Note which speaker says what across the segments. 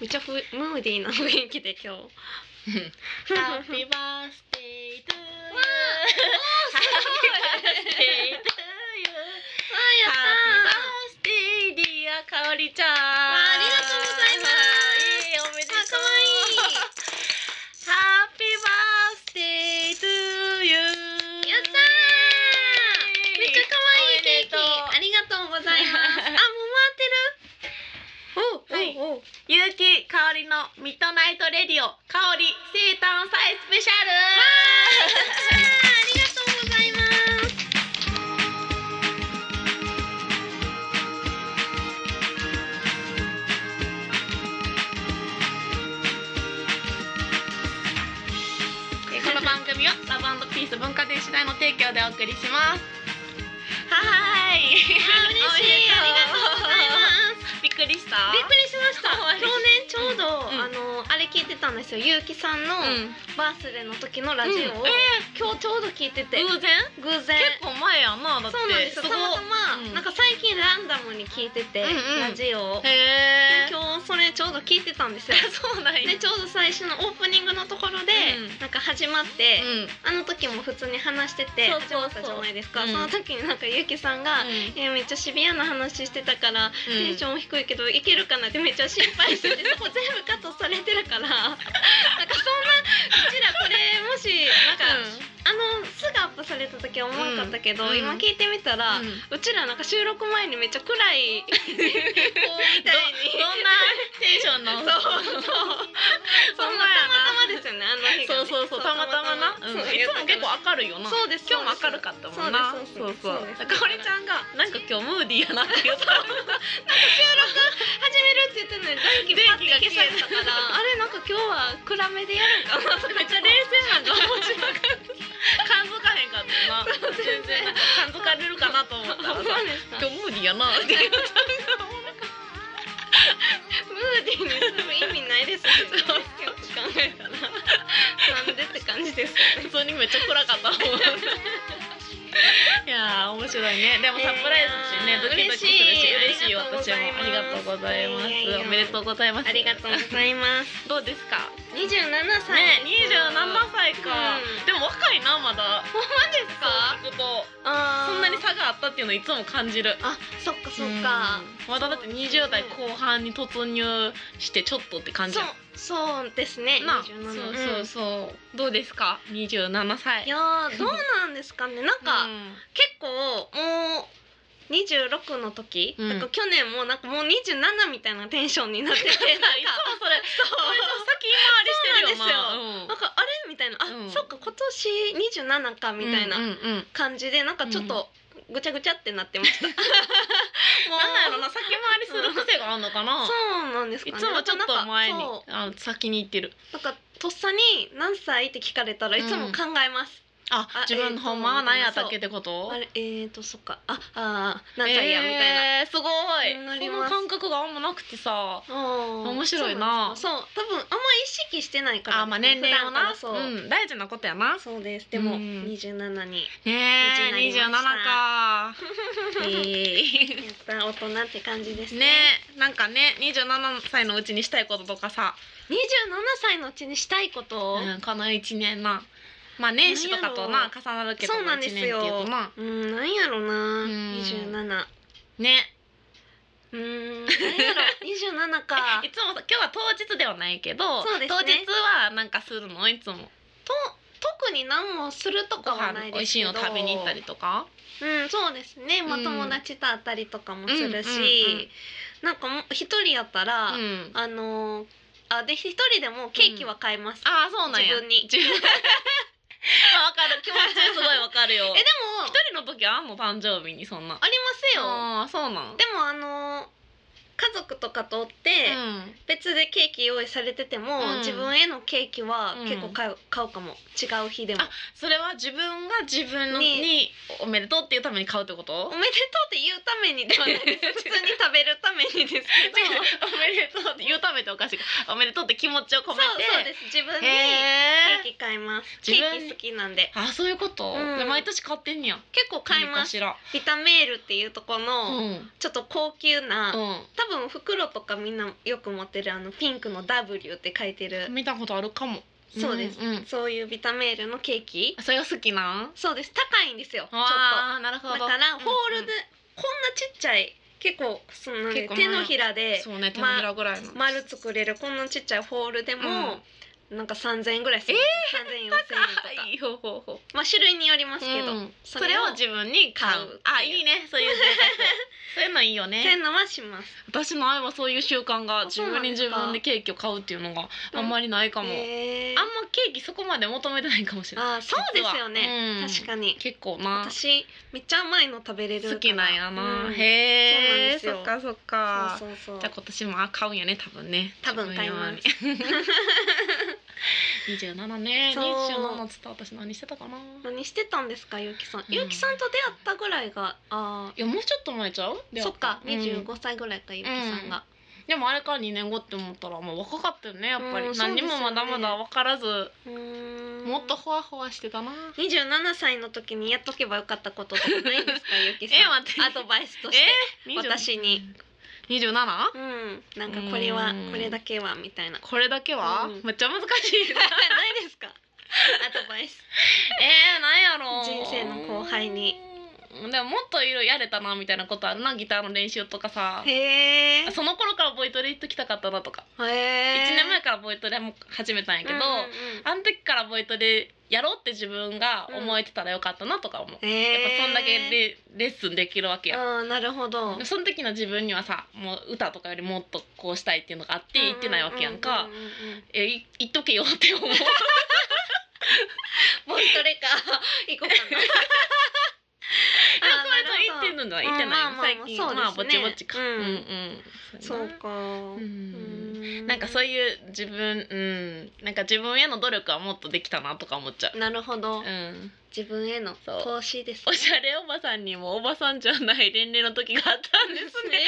Speaker 1: めっちゃふムーディーな雰囲気で今日。
Speaker 2: Happy birthday to you.
Speaker 1: すごい
Speaker 2: Happy birthday to you. Happy birthday dear かおりちゃん。
Speaker 1: ありがとうございます
Speaker 2: イエーイおめでとう。
Speaker 1: あかわいい
Speaker 2: Happy birthday to you.
Speaker 1: やったーめっちゃ可愛いケーキありがとうございますあ、もう回ってるおうおうおう、
Speaker 2: ゆうきかおりのミッドナイトレディオかおり生誕祭スペシャル。
Speaker 1: あーありがとうございます
Speaker 2: えーこの番組はラブピース文化電子台の提供でお送りします。は
Speaker 1: あ
Speaker 2: ーい。
Speaker 1: ー嬉しいありがとうございます
Speaker 2: す。びっくりした。
Speaker 1: びっくりしました
Speaker 2: かわいい
Speaker 1: 去年ちょうど、
Speaker 2: うん
Speaker 1: あのあれ聞いてたんですよゆうきさんの
Speaker 2: うん。
Speaker 1: バースデーの時のラジオを、
Speaker 2: うんえ
Speaker 1: 今日ちょうど聞いてて
Speaker 2: ー、偶然？
Speaker 1: 偶然
Speaker 2: 結構前やんなだって。
Speaker 1: そうなんですよた
Speaker 2: ご
Speaker 1: またま、
Speaker 2: うん
Speaker 1: なんか最近ランダムに聞いてて、
Speaker 2: うんうん
Speaker 1: ラジオをで
Speaker 2: へえ。
Speaker 1: 今日それちょうど聞いてたんですよ
Speaker 2: そうなんや。
Speaker 1: でちょうど最初のオープニングのところで、
Speaker 2: うん
Speaker 1: なんか始まって、
Speaker 2: うん。
Speaker 1: あの時も普通に話してて
Speaker 2: そう
Speaker 1: 始
Speaker 2: そうそう
Speaker 1: まったじゃないですか、
Speaker 2: うん
Speaker 1: その時になんかゆきさんが、
Speaker 2: うん
Speaker 1: えーめっちゃシビアな話してたから、テンシ
Speaker 2: ョン。
Speaker 1: ョン低いけどいけるかなってめっちゃ心配しててそこ全部カットされて るからなんかそんなうちらこれもしなんか、あのすぐアップされた時は思わなかったけど、
Speaker 2: うん
Speaker 1: 今聞いてみたら、
Speaker 2: うん
Speaker 1: うちらなんか収録前にめっちゃ暗いこうみ
Speaker 2: ど
Speaker 1: たいに
Speaker 2: どんなテンションの？
Speaker 1: そうそうそんなたまたまですよねあの日がね
Speaker 2: そうそうそうたまたまな、うん、
Speaker 1: そう
Speaker 2: いつも結構明るいよな
Speaker 1: そうです
Speaker 2: 今日も明るかったもんな
Speaker 1: そうですそうですそうです
Speaker 2: かおりちゃんがなんか今日ムーディーやなって言った
Speaker 1: 始めるって言ってんのに電気パッて消されたからあれなんか今日は暗めでやるんかなとか
Speaker 2: めっちゃ冷静 なんか面白かった感づかへんかったな全然感づかれるかなと思ったら
Speaker 1: そう
Speaker 2: さ
Speaker 1: でした
Speaker 2: 今日ムーディーやなって言った
Speaker 1: ムーディーにする意味ないですよねよく考えたら なんでって感じですよね
Speaker 2: 普通にめっちゃ暗かったもんいやー面白いねでもサプライズしね、ドキドキするし嬉し
Speaker 1: 嬉しい
Speaker 2: いよ私もありがとうございます
Speaker 1: いやいやいや
Speaker 2: おめでとうございます
Speaker 1: ありがとうござい ます
Speaker 2: どうですか
Speaker 1: 27歳
Speaker 2: ね、二十七歳か、
Speaker 1: うん
Speaker 2: でも若いなまだ。
Speaker 1: ほんまですか
Speaker 2: そう聞くと
Speaker 1: あー
Speaker 2: そんなに差があったっていうのをいつも感じる。
Speaker 1: あそっかそっか
Speaker 2: うんまだだって二十代後半に突入してちょっとって感じ
Speaker 1: そう
Speaker 2: やん。
Speaker 1: そうですね
Speaker 2: な、そう
Speaker 1: 27
Speaker 2: そうそう、どうですか二十七歳。
Speaker 1: いやーどうなんですかねなんか、
Speaker 2: うん
Speaker 1: 結構もう26の時、
Speaker 2: うん
Speaker 1: なんか去年もなんかもう27みたいなテンションになっててなんか
Speaker 2: いつもそれ、 割と先回りしてるよな。
Speaker 1: そうなんかあれみたいなあ、
Speaker 2: うん
Speaker 1: そっか今年27かみたいな
Speaker 2: うんうんうん
Speaker 1: 感じでなんかちょっとぐちゃぐちゃってなってま した。もう
Speaker 2: なんだろうな、先回りする癖があるのかな。
Speaker 1: そうなんですか
Speaker 2: い
Speaker 1: ね。
Speaker 2: つもちょっ
Speaker 1: なん
Speaker 2: と
Speaker 1: か
Speaker 2: 前に
Speaker 1: そ、
Speaker 2: あ、先に行ってる。
Speaker 1: うなんかとっさに何歳って聞かれたらいつも考えます。
Speaker 2: あ
Speaker 1: あ、
Speaker 2: 自分のほんまは何やったっけってこと。
Speaker 1: あれえーとそっかああー何歳やみたいな。
Speaker 2: えーすご
Speaker 1: うんないり
Speaker 2: そ
Speaker 1: ま
Speaker 2: の
Speaker 1: す
Speaker 2: 感覚があんまなくてさ面
Speaker 1: 面
Speaker 2: 白いな
Speaker 1: そうなんですかそう多分あんま意識してないから
Speaker 2: あまあ年齢を
Speaker 1: 普段か
Speaker 2: な
Speaker 1: らそう、
Speaker 2: うん、大事なことやな
Speaker 1: そうですでも、
Speaker 2: うん
Speaker 1: 27に
Speaker 2: ねえ
Speaker 1: 大事に
Speaker 2: 27
Speaker 1: なり
Speaker 2: か
Speaker 1: や
Speaker 2: え
Speaker 1: った大人って感じです
Speaker 2: ーねえなんかね27歳のうちにしたいこととかさ、
Speaker 1: 27歳のうちにしたいことを、
Speaker 2: うんこの1年なまあ年始とかと
Speaker 1: なん
Speaker 2: な
Speaker 1: やろ
Speaker 2: 重なるけど
Speaker 1: そうなんですよ
Speaker 2: 一年っていうとな
Speaker 1: うんなんやろな、
Speaker 2: うん
Speaker 1: 27
Speaker 2: ね
Speaker 1: うー んなんやろ27か
Speaker 2: いつもさ今日は当日ではないけど、
Speaker 1: そうです
Speaker 2: 当
Speaker 1: ね
Speaker 2: 日はなんかするのいつも
Speaker 1: と特に何もすると
Speaker 2: ご
Speaker 1: かは
Speaker 2: 飯
Speaker 1: ないですけど
Speaker 2: 美味しいの食べに行ったりとか
Speaker 1: うんそうですね、まあ、
Speaker 2: うん
Speaker 1: 友達と会ったりとかもするし、
Speaker 2: うんうんうん
Speaker 1: なんかもう一人やったら、
Speaker 2: うん
Speaker 1: あのーあで一人でもケーキは買います、
Speaker 2: ああそうなんや
Speaker 1: 自分に
Speaker 2: 自分 まあわかる気持ちすごいわかる よ
Speaker 1: えで
Speaker 2: 一
Speaker 1: も
Speaker 2: 人の時はもう誕生日にそんな
Speaker 1: ありますよ
Speaker 2: あーそうなん
Speaker 1: でもあの家族とかとおって、
Speaker 2: うん
Speaker 1: 別でケーキ用意されてても、
Speaker 2: うん
Speaker 1: 自分へのケーキは
Speaker 2: うん
Speaker 1: 結構買う,、買うかも違う日でも
Speaker 2: あそれは自分が自分の
Speaker 1: ね
Speaker 2: におめでとうっていうために買うってこと
Speaker 1: おめでとうって言うためにではないです普通に食べるためにですけ
Speaker 2: 違う
Speaker 1: ど
Speaker 2: おめでとうって言うためっておかしいかおめでとうって気持ちを込
Speaker 1: そう
Speaker 2: め
Speaker 1: そう
Speaker 2: て
Speaker 1: です自分に
Speaker 2: へ
Speaker 1: ケーキ買いますケ
Speaker 2: 自分
Speaker 1: ーキ好きなんで
Speaker 2: ーあそういうこと、
Speaker 1: うん
Speaker 2: で毎年買ってんねや
Speaker 1: 結構買い
Speaker 2: 何か
Speaker 1: ます
Speaker 2: しら
Speaker 1: ビタメールっていうとこ
Speaker 2: う
Speaker 1: の
Speaker 2: ん
Speaker 1: ちょっと高級な、
Speaker 2: うん
Speaker 1: 多分袋とかみんなよく持ってるあのピンクの W って書いてる
Speaker 2: 見たことあるかも
Speaker 1: そうです、
Speaker 2: んうん
Speaker 1: そういうビタメールのケーキ
Speaker 2: それが好きなん
Speaker 1: そうです高いんですよちょっ
Speaker 2: あーなるほ
Speaker 1: とだ
Speaker 2: ど
Speaker 1: から
Speaker 2: ん
Speaker 1: ホールでこんなちっちゃい結構その、ね
Speaker 2: 結構
Speaker 1: 手のひらで
Speaker 2: そうね手のひらぐらいの、
Speaker 1: 丸作れるこんなちっちゃいホールでも、なんか3000円ぐらいする、3000円4000円とか
Speaker 2: いい方法法
Speaker 1: まあ種類によりますけど、
Speaker 2: うん
Speaker 1: そ
Speaker 2: そ
Speaker 1: れを
Speaker 2: れを自分に買
Speaker 1: 買う
Speaker 2: うあいいねそういう 生活そういうのいいよ
Speaker 1: ってい
Speaker 2: ね
Speaker 1: うのはします
Speaker 2: 私の愛はそういう習慣が
Speaker 1: あ
Speaker 2: 自
Speaker 1: そうなん
Speaker 2: 分
Speaker 1: で
Speaker 2: に
Speaker 1: すか
Speaker 2: 自分でケーキを買うっていうのがあんまりないかも、
Speaker 1: へー
Speaker 2: あんまケーキそこまで求めてないかもしれない
Speaker 1: あーそうですよね、
Speaker 2: 実はうん
Speaker 1: 確かに
Speaker 2: 結構な
Speaker 1: 私めっちゃ甘いの食べれるから
Speaker 2: 好きなんやな、
Speaker 1: うん
Speaker 2: へえ
Speaker 1: そう
Speaker 2: そ
Speaker 1: なんで
Speaker 2: っかそっか
Speaker 1: そうそう
Speaker 2: じ
Speaker 1: そ
Speaker 2: ゃあ今年もあ買うんやね多分ね
Speaker 1: 多分買います
Speaker 2: 自 分用に27ね
Speaker 1: そう
Speaker 2: 27っつったら私何してたかな
Speaker 1: う何してたんですかゆうきさん、
Speaker 2: うん
Speaker 1: ゆうきさんと出会ったぐらいがあ
Speaker 2: いやもうちょっと前ちゃう
Speaker 1: ー
Speaker 2: 出会
Speaker 1: そっか
Speaker 2: たの
Speaker 1: 25歳ぐらいか、ゆうきさんが、
Speaker 2: でもあれから2年後って思ったらもう若かったよねやっぱり、
Speaker 1: うんそう
Speaker 2: 何
Speaker 1: です
Speaker 2: に
Speaker 1: よね
Speaker 2: もまだまだ分からず、
Speaker 1: うーん
Speaker 2: もっとほわほわしてたな
Speaker 1: 27歳の時にやっとけばよかったこととかないんですかゆうきさん
Speaker 2: え待って
Speaker 1: アドバイスとして、私に
Speaker 2: 27
Speaker 1: うんなんかこれは
Speaker 2: うん
Speaker 1: これだけはみ たいなない
Speaker 2: これだけは、
Speaker 1: うん
Speaker 2: めっちゃ難しい
Speaker 1: ですかアドバイ ス
Speaker 2: えー、なんやろ
Speaker 1: 人生の後輩に
Speaker 2: でももっといろいろやれたなみたいなことあるなギターの練習とかさ
Speaker 1: へえ
Speaker 2: その頃からボイトレ行っときたかったなとか、一
Speaker 1: 1
Speaker 2: 1年前からボイトレも始めたんやけど、あの時からボイトレやろうって自分が思えてたらよかったなとか思う、やっぱそんだけ
Speaker 1: で
Speaker 2: レレッスンできるわけや、
Speaker 1: ああなるほど
Speaker 2: その時の自分にはさもう歌とかよりもっとこうしたいっていうのがあって行ってないわけやんか、
Speaker 1: うううんうんうん
Speaker 2: えい行っとけよって 思う
Speaker 1: ボイトレ か行こうかなあー
Speaker 2: あそれと行ってんのには行ってないよ、
Speaker 1: うんまあまあまあ
Speaker 2: 最近
Speaker 1: そうですね
Speaker 2: まあぼちぼちか、
Speaker 1: うん
Speaker 2: うんうん
Speaker 1: そうか
Speaker 2: うん
Speaker 1: う
Speaker 2: なんかそういう自分うんなんか自分への努力はもっとできたなとか思っちゃう、
Speaker 1: なるほど
Speaker 2: うん、
Speaker 1: 自分への
Speaker 2: そう
Speaker 1: 投資です
Speaker 2: おしゃれおばさんにもおばさんじゃない年齢の時があったんですね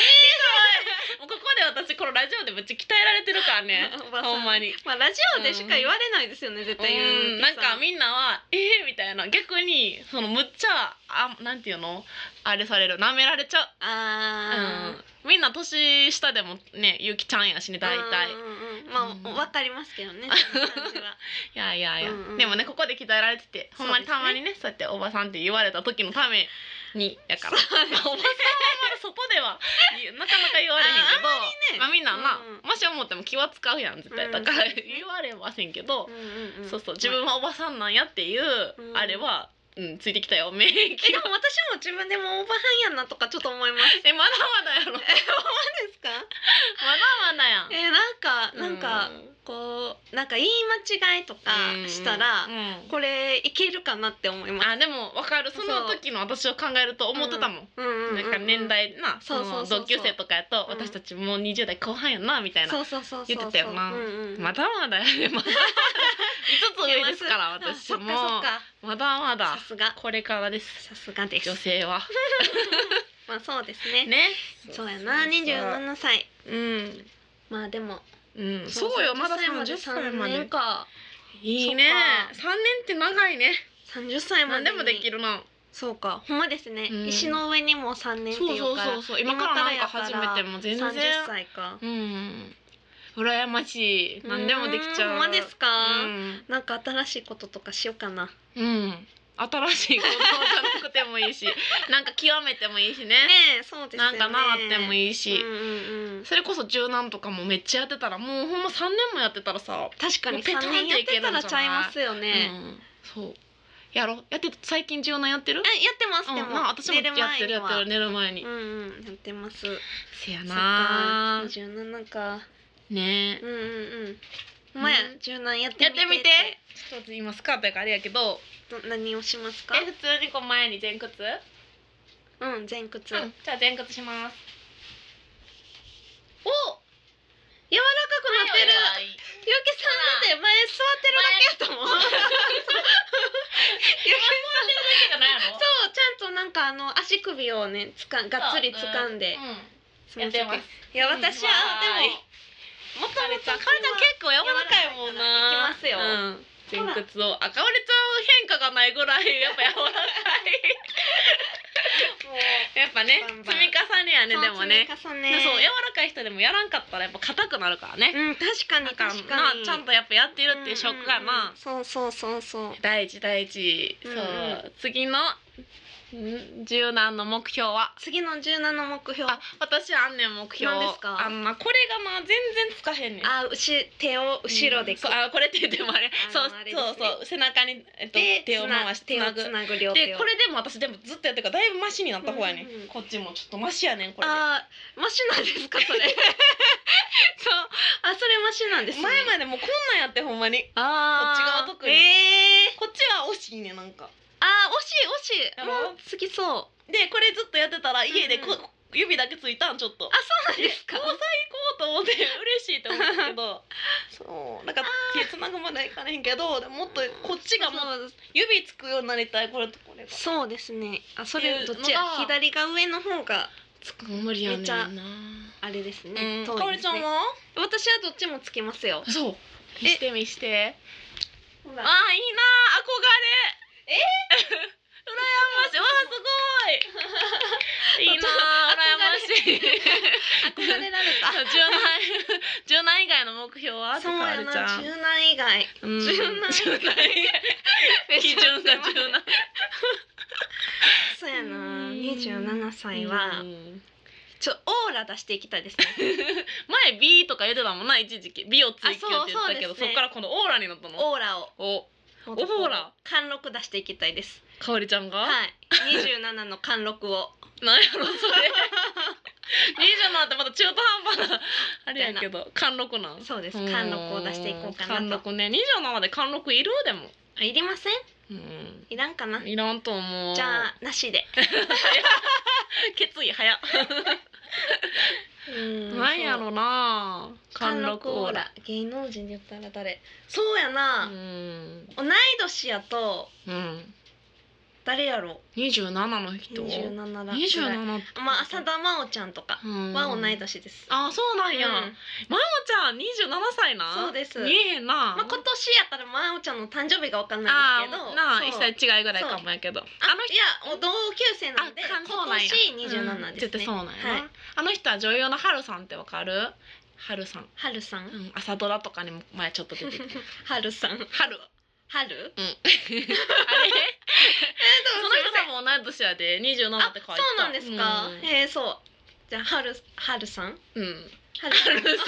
Speaker 2: もうここで私このラジオでめっちゃ鍛えられてるから ね
Speaker 1: おばさん
Speaker 2: ほんまに
Speaker 1: まあラジオでしか言われないですよね絶対
Speaker 2: うん、なんか
Speaker 1: み
Speaker 2: みんなは「えー」みたいな逆にそのむっちゃあなんていうのあれされるなめられちゃう、
Speaker 1: あー
Speaker 2: うん、みんな年下でもねゆきちゃんやしね大体
Speaker 1: うん
Speaker 2: い
Speaker 1: うんうんまあ
Speaker 2: うん
Speaker 1: わかりますけど ねその感じは
Speaker 2: やいやいや、
Speaker 1: うんうん
Speaker 2: でもねここで鍛えられててほんまに
Speaker 1: そうですね
Speaker 2: たまにねそうやっておばさんって言われた時のためにやから、
Speaker 1: そうで
Speaker 2: まあ
Speaker 1: す
Speaker 2: おばさんはまだそこでは言うなかなか言われへんけど
Speaker 1: ああんまりね
Speaker 2: まあ、みんなな、
Speaker 1: うんうん
Speaker 2: もし思っても気は使うやん絶対だか
Speaker 1: う
Speaker 2: ら
Speaker 1: ん
Speaker 2: 言われませんけど、
Speaker 1: うんうんうん
Speaker 2: そうそう自分はおばさんなんやっていう、
Speaker 1: うん
Speaker 2: あれは、うん、ついてきたよ 免疫
Speaker 1: えで
Speaker 2: が
Speaker 1: も私も自分でもおばはんやなとかちょっと思い ます。
Speaker 2: えまだまだやろまだ
Speaker 1: 何ですか？
Speaker 2: まだやん
Speaker 1: えなんかなんか
Speaker 2: う
Speaker 1: こうなんか言い間違いとか
Speaker 2: うん
Speaker 1: したら
Speaker 2: うん
Speaker 1: これいけるかなって思います。
Speaker 2: あでもわかるその時の私を考えると思ってたもん、
Speaker 1: うんうんうん
Speaker 2: なんか年代なそ
Speaker 1: そうそう
Speaker 2: の
Speaker 1: そうそう
Speaker 2: 同級生とかやと
Speaker 1: うん
Speaker 2: 私たちもう20代後半やんなみたいな
Speaker 1: そうそうそうそう
Speaker 2: 言ってたよな
Speaker 1: うんうんうん
Speaker 2: まだまだやでまだ5つ上ですから
Speaker 1: あ
Speaker 2: 私
Speaker 1: そっ
Speaker 2: も
Speaker 1: かそっか
Speaker 2: まだまだ
Speaker 1: さすが
Speaker 2: これからです
Speaker 1: さすがです
Speaker 2: 女。性は
Speaker 1: まあそうですね。
Speaker 2: ね
Speaker 1: そうやな二十七歳。
Speaker 2: うん
Speaker 1: まあでも
Speaker 2: うん、そうよまだ30歳ま
Speaker 1: 三
Speaker 2: で
Speaker 1: 年か
Speaker 2: いいね
Speaker 1: そ
Speaker 2: 三年って長いね
Speaker 1: 三十歳ま
Speaker 2: 何
Speaker 1: で
Speaker 2: でもでき
Speaker 1: る。
Speaker 2: るな
Speaker 1: そうかほんまですね。
Speaker 2: うん
Speaker 1: 石の上にも三年って
Speaker 2: そう
Speaker 1: い
Speaker 2: そうう
Speaker 1: か
Speaker 2: そ
Speaker 1: ら
Speaker 2: うそう今からなんか始めても全然
Speaker 1: 三十歳か。
Speaker 2: うん羨ましい何でもできちゃう
Speaker 1: ほんまですか、
Speaker 2: うん、
Speaker 1: なんか新しいこととかしようかな。ね
Speaker 2: うん、新しいことじゃなくてもいい しなんか極めてもいいしね
Speaker 1: え、そうですよ
Speaker 2: な
Speaker 1: ね。
Speaker 2: んか習っても
Speaker 1: い
Speaker 2: いいし、
Speaker 1: うんうんうん。
Speaker 2: それこそ柔軟とかもめっちゃやってたらもうほんま3年もやってたらさ、
Speaker 1: 確か
Speaker 2: も
Speaker 1: に
Speaker 2: うペ
Speaker 1: 三
Speaker 2: タンって
Speaker 1: 年やってたらちゃいますよ
Speaker 2: う
Speaker 1: ね。
Speaker 2: ん、そうやろやって最近柔軟やってる
Speaker 1: え、やってます
Speaker 2: うん
Speaker 1: で
Speaker 2: な
Speaker 1: も。
Speaker 2: んか私もやってるやってる
Speaker 1: ね。
Speaker 2: 寝る前に、
Speaker 1: うんうんやってます。
Speaker 2: せや
Speaker 1: そっ
Speaker 2: な
Speaker 1: か。柔軟か。
Speaker 2: ね
Speaker 1: うんうんうん。お前
Speaker 2: うん
Speaker 1: 柔軟やってみ
Speaker 2: や
Speaker 1: て
Speaker 2: ってみてちょっと今スカートやからあれやけど
Speaker 1: ど何をしますか
Speaker 2: え？普通にこう前に前屈、う
Speaker 1: うん前屈。柔らかくなっ
Speaker 2: じゃあ前屈します
Speaker 1: てる。
Speaker 2: お
Speaker 1: ゆうきさんだって前座ってるだけやと思う。
Speaker 2: 前
Speaker 1: ゆうき
Speaker 2: だけじゃないやろ
Speaker 1: そうちゃんとなんかあの足首をねつかんがっつり掴んで、
Speaker 2: うんやってます
Speaker 1: いや私は
Speaker 2: うん
Speaker 1: でも
Speaker 2: もっと
Speaker 1: もっと
Speaker 2: かりちゃん結構柔らかいもん
Speaker 1: 柔ら
Speaker 2: な
Speaker 1: かいから
Speaker 2: うん前屈をあかりちゃん変化がないぐらいやっぱ柔らかい
Speaker 1: もう
Speaker 2: やっぱね
Speaker 1: バンバン
Speaker 2: 積み重ねやねでもね
Speaker 1: そう積み重ね
Speaker 2: でそう柔らかい人でもやらんかったらやっぱ硬くなるからね、
Speaker 1: うん確かに
Speaker 2: だから
Speaker 1: 確か
Speaker 2: な
Speaker 1: に
Speaker 2: ちゃんとやっぱやってるっていう証拠が
Speaker 1: うんうんう
Speaker 2: まあ
Speaker 1: ん、そうそうそうそう
Speaker 2: 第一第一、
Speaker 1: うんうん
Speaker 2: そう次のん柔軟の目標は
Speaker 1: 次の柔軟の目標
Speaker 2: あ私あんねん目標
Speaker 1: 何ですか
Speaker 2: あんなこれがな全然つかへんねん
Speaker 1: あうし手を後ろで
Speaker 2: うん
Speaker 1: こ
Speaker 2: そうあこれって言ってもあれ
Speaker 1: あの
Speaker 2: そう
Speaker 1: あれですね
Speaker 2: そうそう背中に、えっと、
Speaker 1: で
Speaker 2: 手を回して
Speaker 1: 手
Speaker 2: つ
Speaker 1: を
Speaker 2: な
Speaker 1: つなぐ
Speaker 2: ぐ
Speaker 1: 両手
Speaker 2: で
Speaker 1: を
Speaker 2: これでも私でもずっとやってるからだいぶマシになった方やね、
Speaker 1: うんうん
Speaker 2: こっちもちょっとマシやねんこれで
Speaker 1: あーマシなんですかそれ そうあそれマシなんですね
Speaker 2: 前までもうこんなんやってほんまに
Speaker 1: あー
Speaker 2: こっち側特に
Speaker 1: えー、
Speaker 2: こっちは惜しいねなんか
Speaker 1: あー惜しい惜し
Speaker 2: や
Speaker 1: い
Speaker 2: ろ
Speaker 1: もうつきそうあ
Speaker 2: でこれずっとやってたら家でこ、
Speaker 1: うん
Speaker 2: 指だけついたんちょっ
Speaker 1: そ
Speaker 2: と
Speaker 1: うなんですか
Speaker 2: こう最高と思って嬉しいと思うんですけど そうなんか手つなぐまではいかないんけどでももっとこっちがもう
Speaker 1: そう
Speaker 2: 指つくようになりたいこれとこれが
Speaker 1: そうですねあそれどっちや
Speaker 2: っていうのが
Speaker 1: 左が上の方が
Speaker 2: つく無理
Speaker 1: やねんな
Speaker 2: な
Speaker 1: あれです
Speaker 2: う
Speaker 1: ね,、
Speaker 2: ん、
Speaker 1: 遠
Speaker 2: かお
Speaker 1: い
Speaker 2: り
Speaker 1: ですね
Speaker 2: ちゃんは
Speaker 1: 私はどっちもつきますよ
Speaker 2: そう見して見して
Speaker 1: ほ
Speaker 2: あーいい
Speaker 1: ら
Speaker 2: なー憧れえ 羨ましいわーすごいいいなー 羨ましい
Speaker 1: 憧れられ た
Speaker 2: 柔軟柔軟以外の目標は
Speaker 1: そうや
Speaker 2: て
Speaker 1: な
Speaker 2: かあ
Speaker 1: 柔軟以 外
Speaker 2: るちゃん
Speaker 1: 柔
Speaker 2: うん
Speaker 1: 軟
Speaker 2: 柔軟以 外基準が柔軟
Speaker 1: そうやな
Speaker 2: うん
Speaker 1: 27歳は、
Speaker 2: うん
Speaker 1: ちょオーラ出していきたいですね
Speaker 2: 前 B とか言ってたもんな一時期 B を追求って言っ
Speaker 1: あ
Speaker 2: たけ
Speaker 1: そ
Speaker 2: ど
Speaker 1: うそうです
Speaker 2: そ
Speaker 1: ね
Speaker 2: こからこのオーラになったの
Speaker 1: オーラを
Speaker 2: お
Speaker 1: オ
Speaker 2: ーラ
Speaker 1: 貫禄出していきたいです
Speaker 2: かおりちゃんが、
Speaker 1: はい27の貫禄を
Speaker 2: なん やろそれ27ってまた中途半端なあれやけど貫禄なん
Speaker 1: そうです
Speaker 2: ん
Speaker 1: 貫禄を出していこうかなと
Speaker 2: 貫禄ね27で貫禄いるでも
Speaker 1: あいりません
Speaker 2: うん
Speaker 1: いらんかない
Speaker 2: らんと思う
Speaker 1: じゃあなしで
Speaker 2: 決意早っ
Speaker 1: うん
Speaker 2: なんやろな
Speaker 1: 貫
Speaker 2: 貫
Speaker 1: 禄
Speaker 2: 禄
Speaker 1: オ
Speaker 2: オ
Speaker 1: ー
Speaker 2: ー
Speaker 1: ラ
Speaker 2: ラ
Speaker 1: 芸能人で言ったら誰そうやな、
Speaker 2: うん
Speaker 1: 同い年やと
Speaker 2: うん
Speaker 1: 誰やろ
Speaker 2: 27の人
Speaker 1: 27ら
Speaker 2: 27って
Speaker 1: まあ浅田真央ちゃんとか
Speaker 2: うん
Speaker 1: は同い年です、
Speaker 2: あそうなんや、
Speaker 1: うん
Speaker 2: まおちゃん27歳な
Speaker 1: そうです
Speaker 2: 見えへんな、
Speaker 1: まあ、今年やったら真央ちゃんの誕生日がわかんな
Speaker 2: あ
Speaker 1: いんですけど
Speaker 2: ーなあ
Speaker 1: そう
Speaker 2: 1歳違いぐらいかもやけどあ
Speaker 1: あ
Speaker 2: の人
Speaker 1: いや同級生なんで
Speaker 2: あ
Speaker 1: 今
Speaker 2: 関そうなんや
Speaker 1: 年27ですね、
Speaker 2: 絶対そうなんやな、
Speaker 1: はい
Speaker 2: あの人は女優のハルさんってわかるハルさん、
Speaker 1: はるさん
Speaker 2: うん、朝ドラとかにも前ちょっと出 て
Speaker 1: はるさん
Speaker 2: ハル
Speaker 1: はる
Speaker 2: あれその人
Speaker 1: も
Speaker 2: さんも同い年やで27って書いてた
Speaker 1: そうなんですか、
Speaker 2: うん
Speaker 1: えー、そうじゃあはるはるさん
Speaker 2: うん
Speaker 1: はるさんはる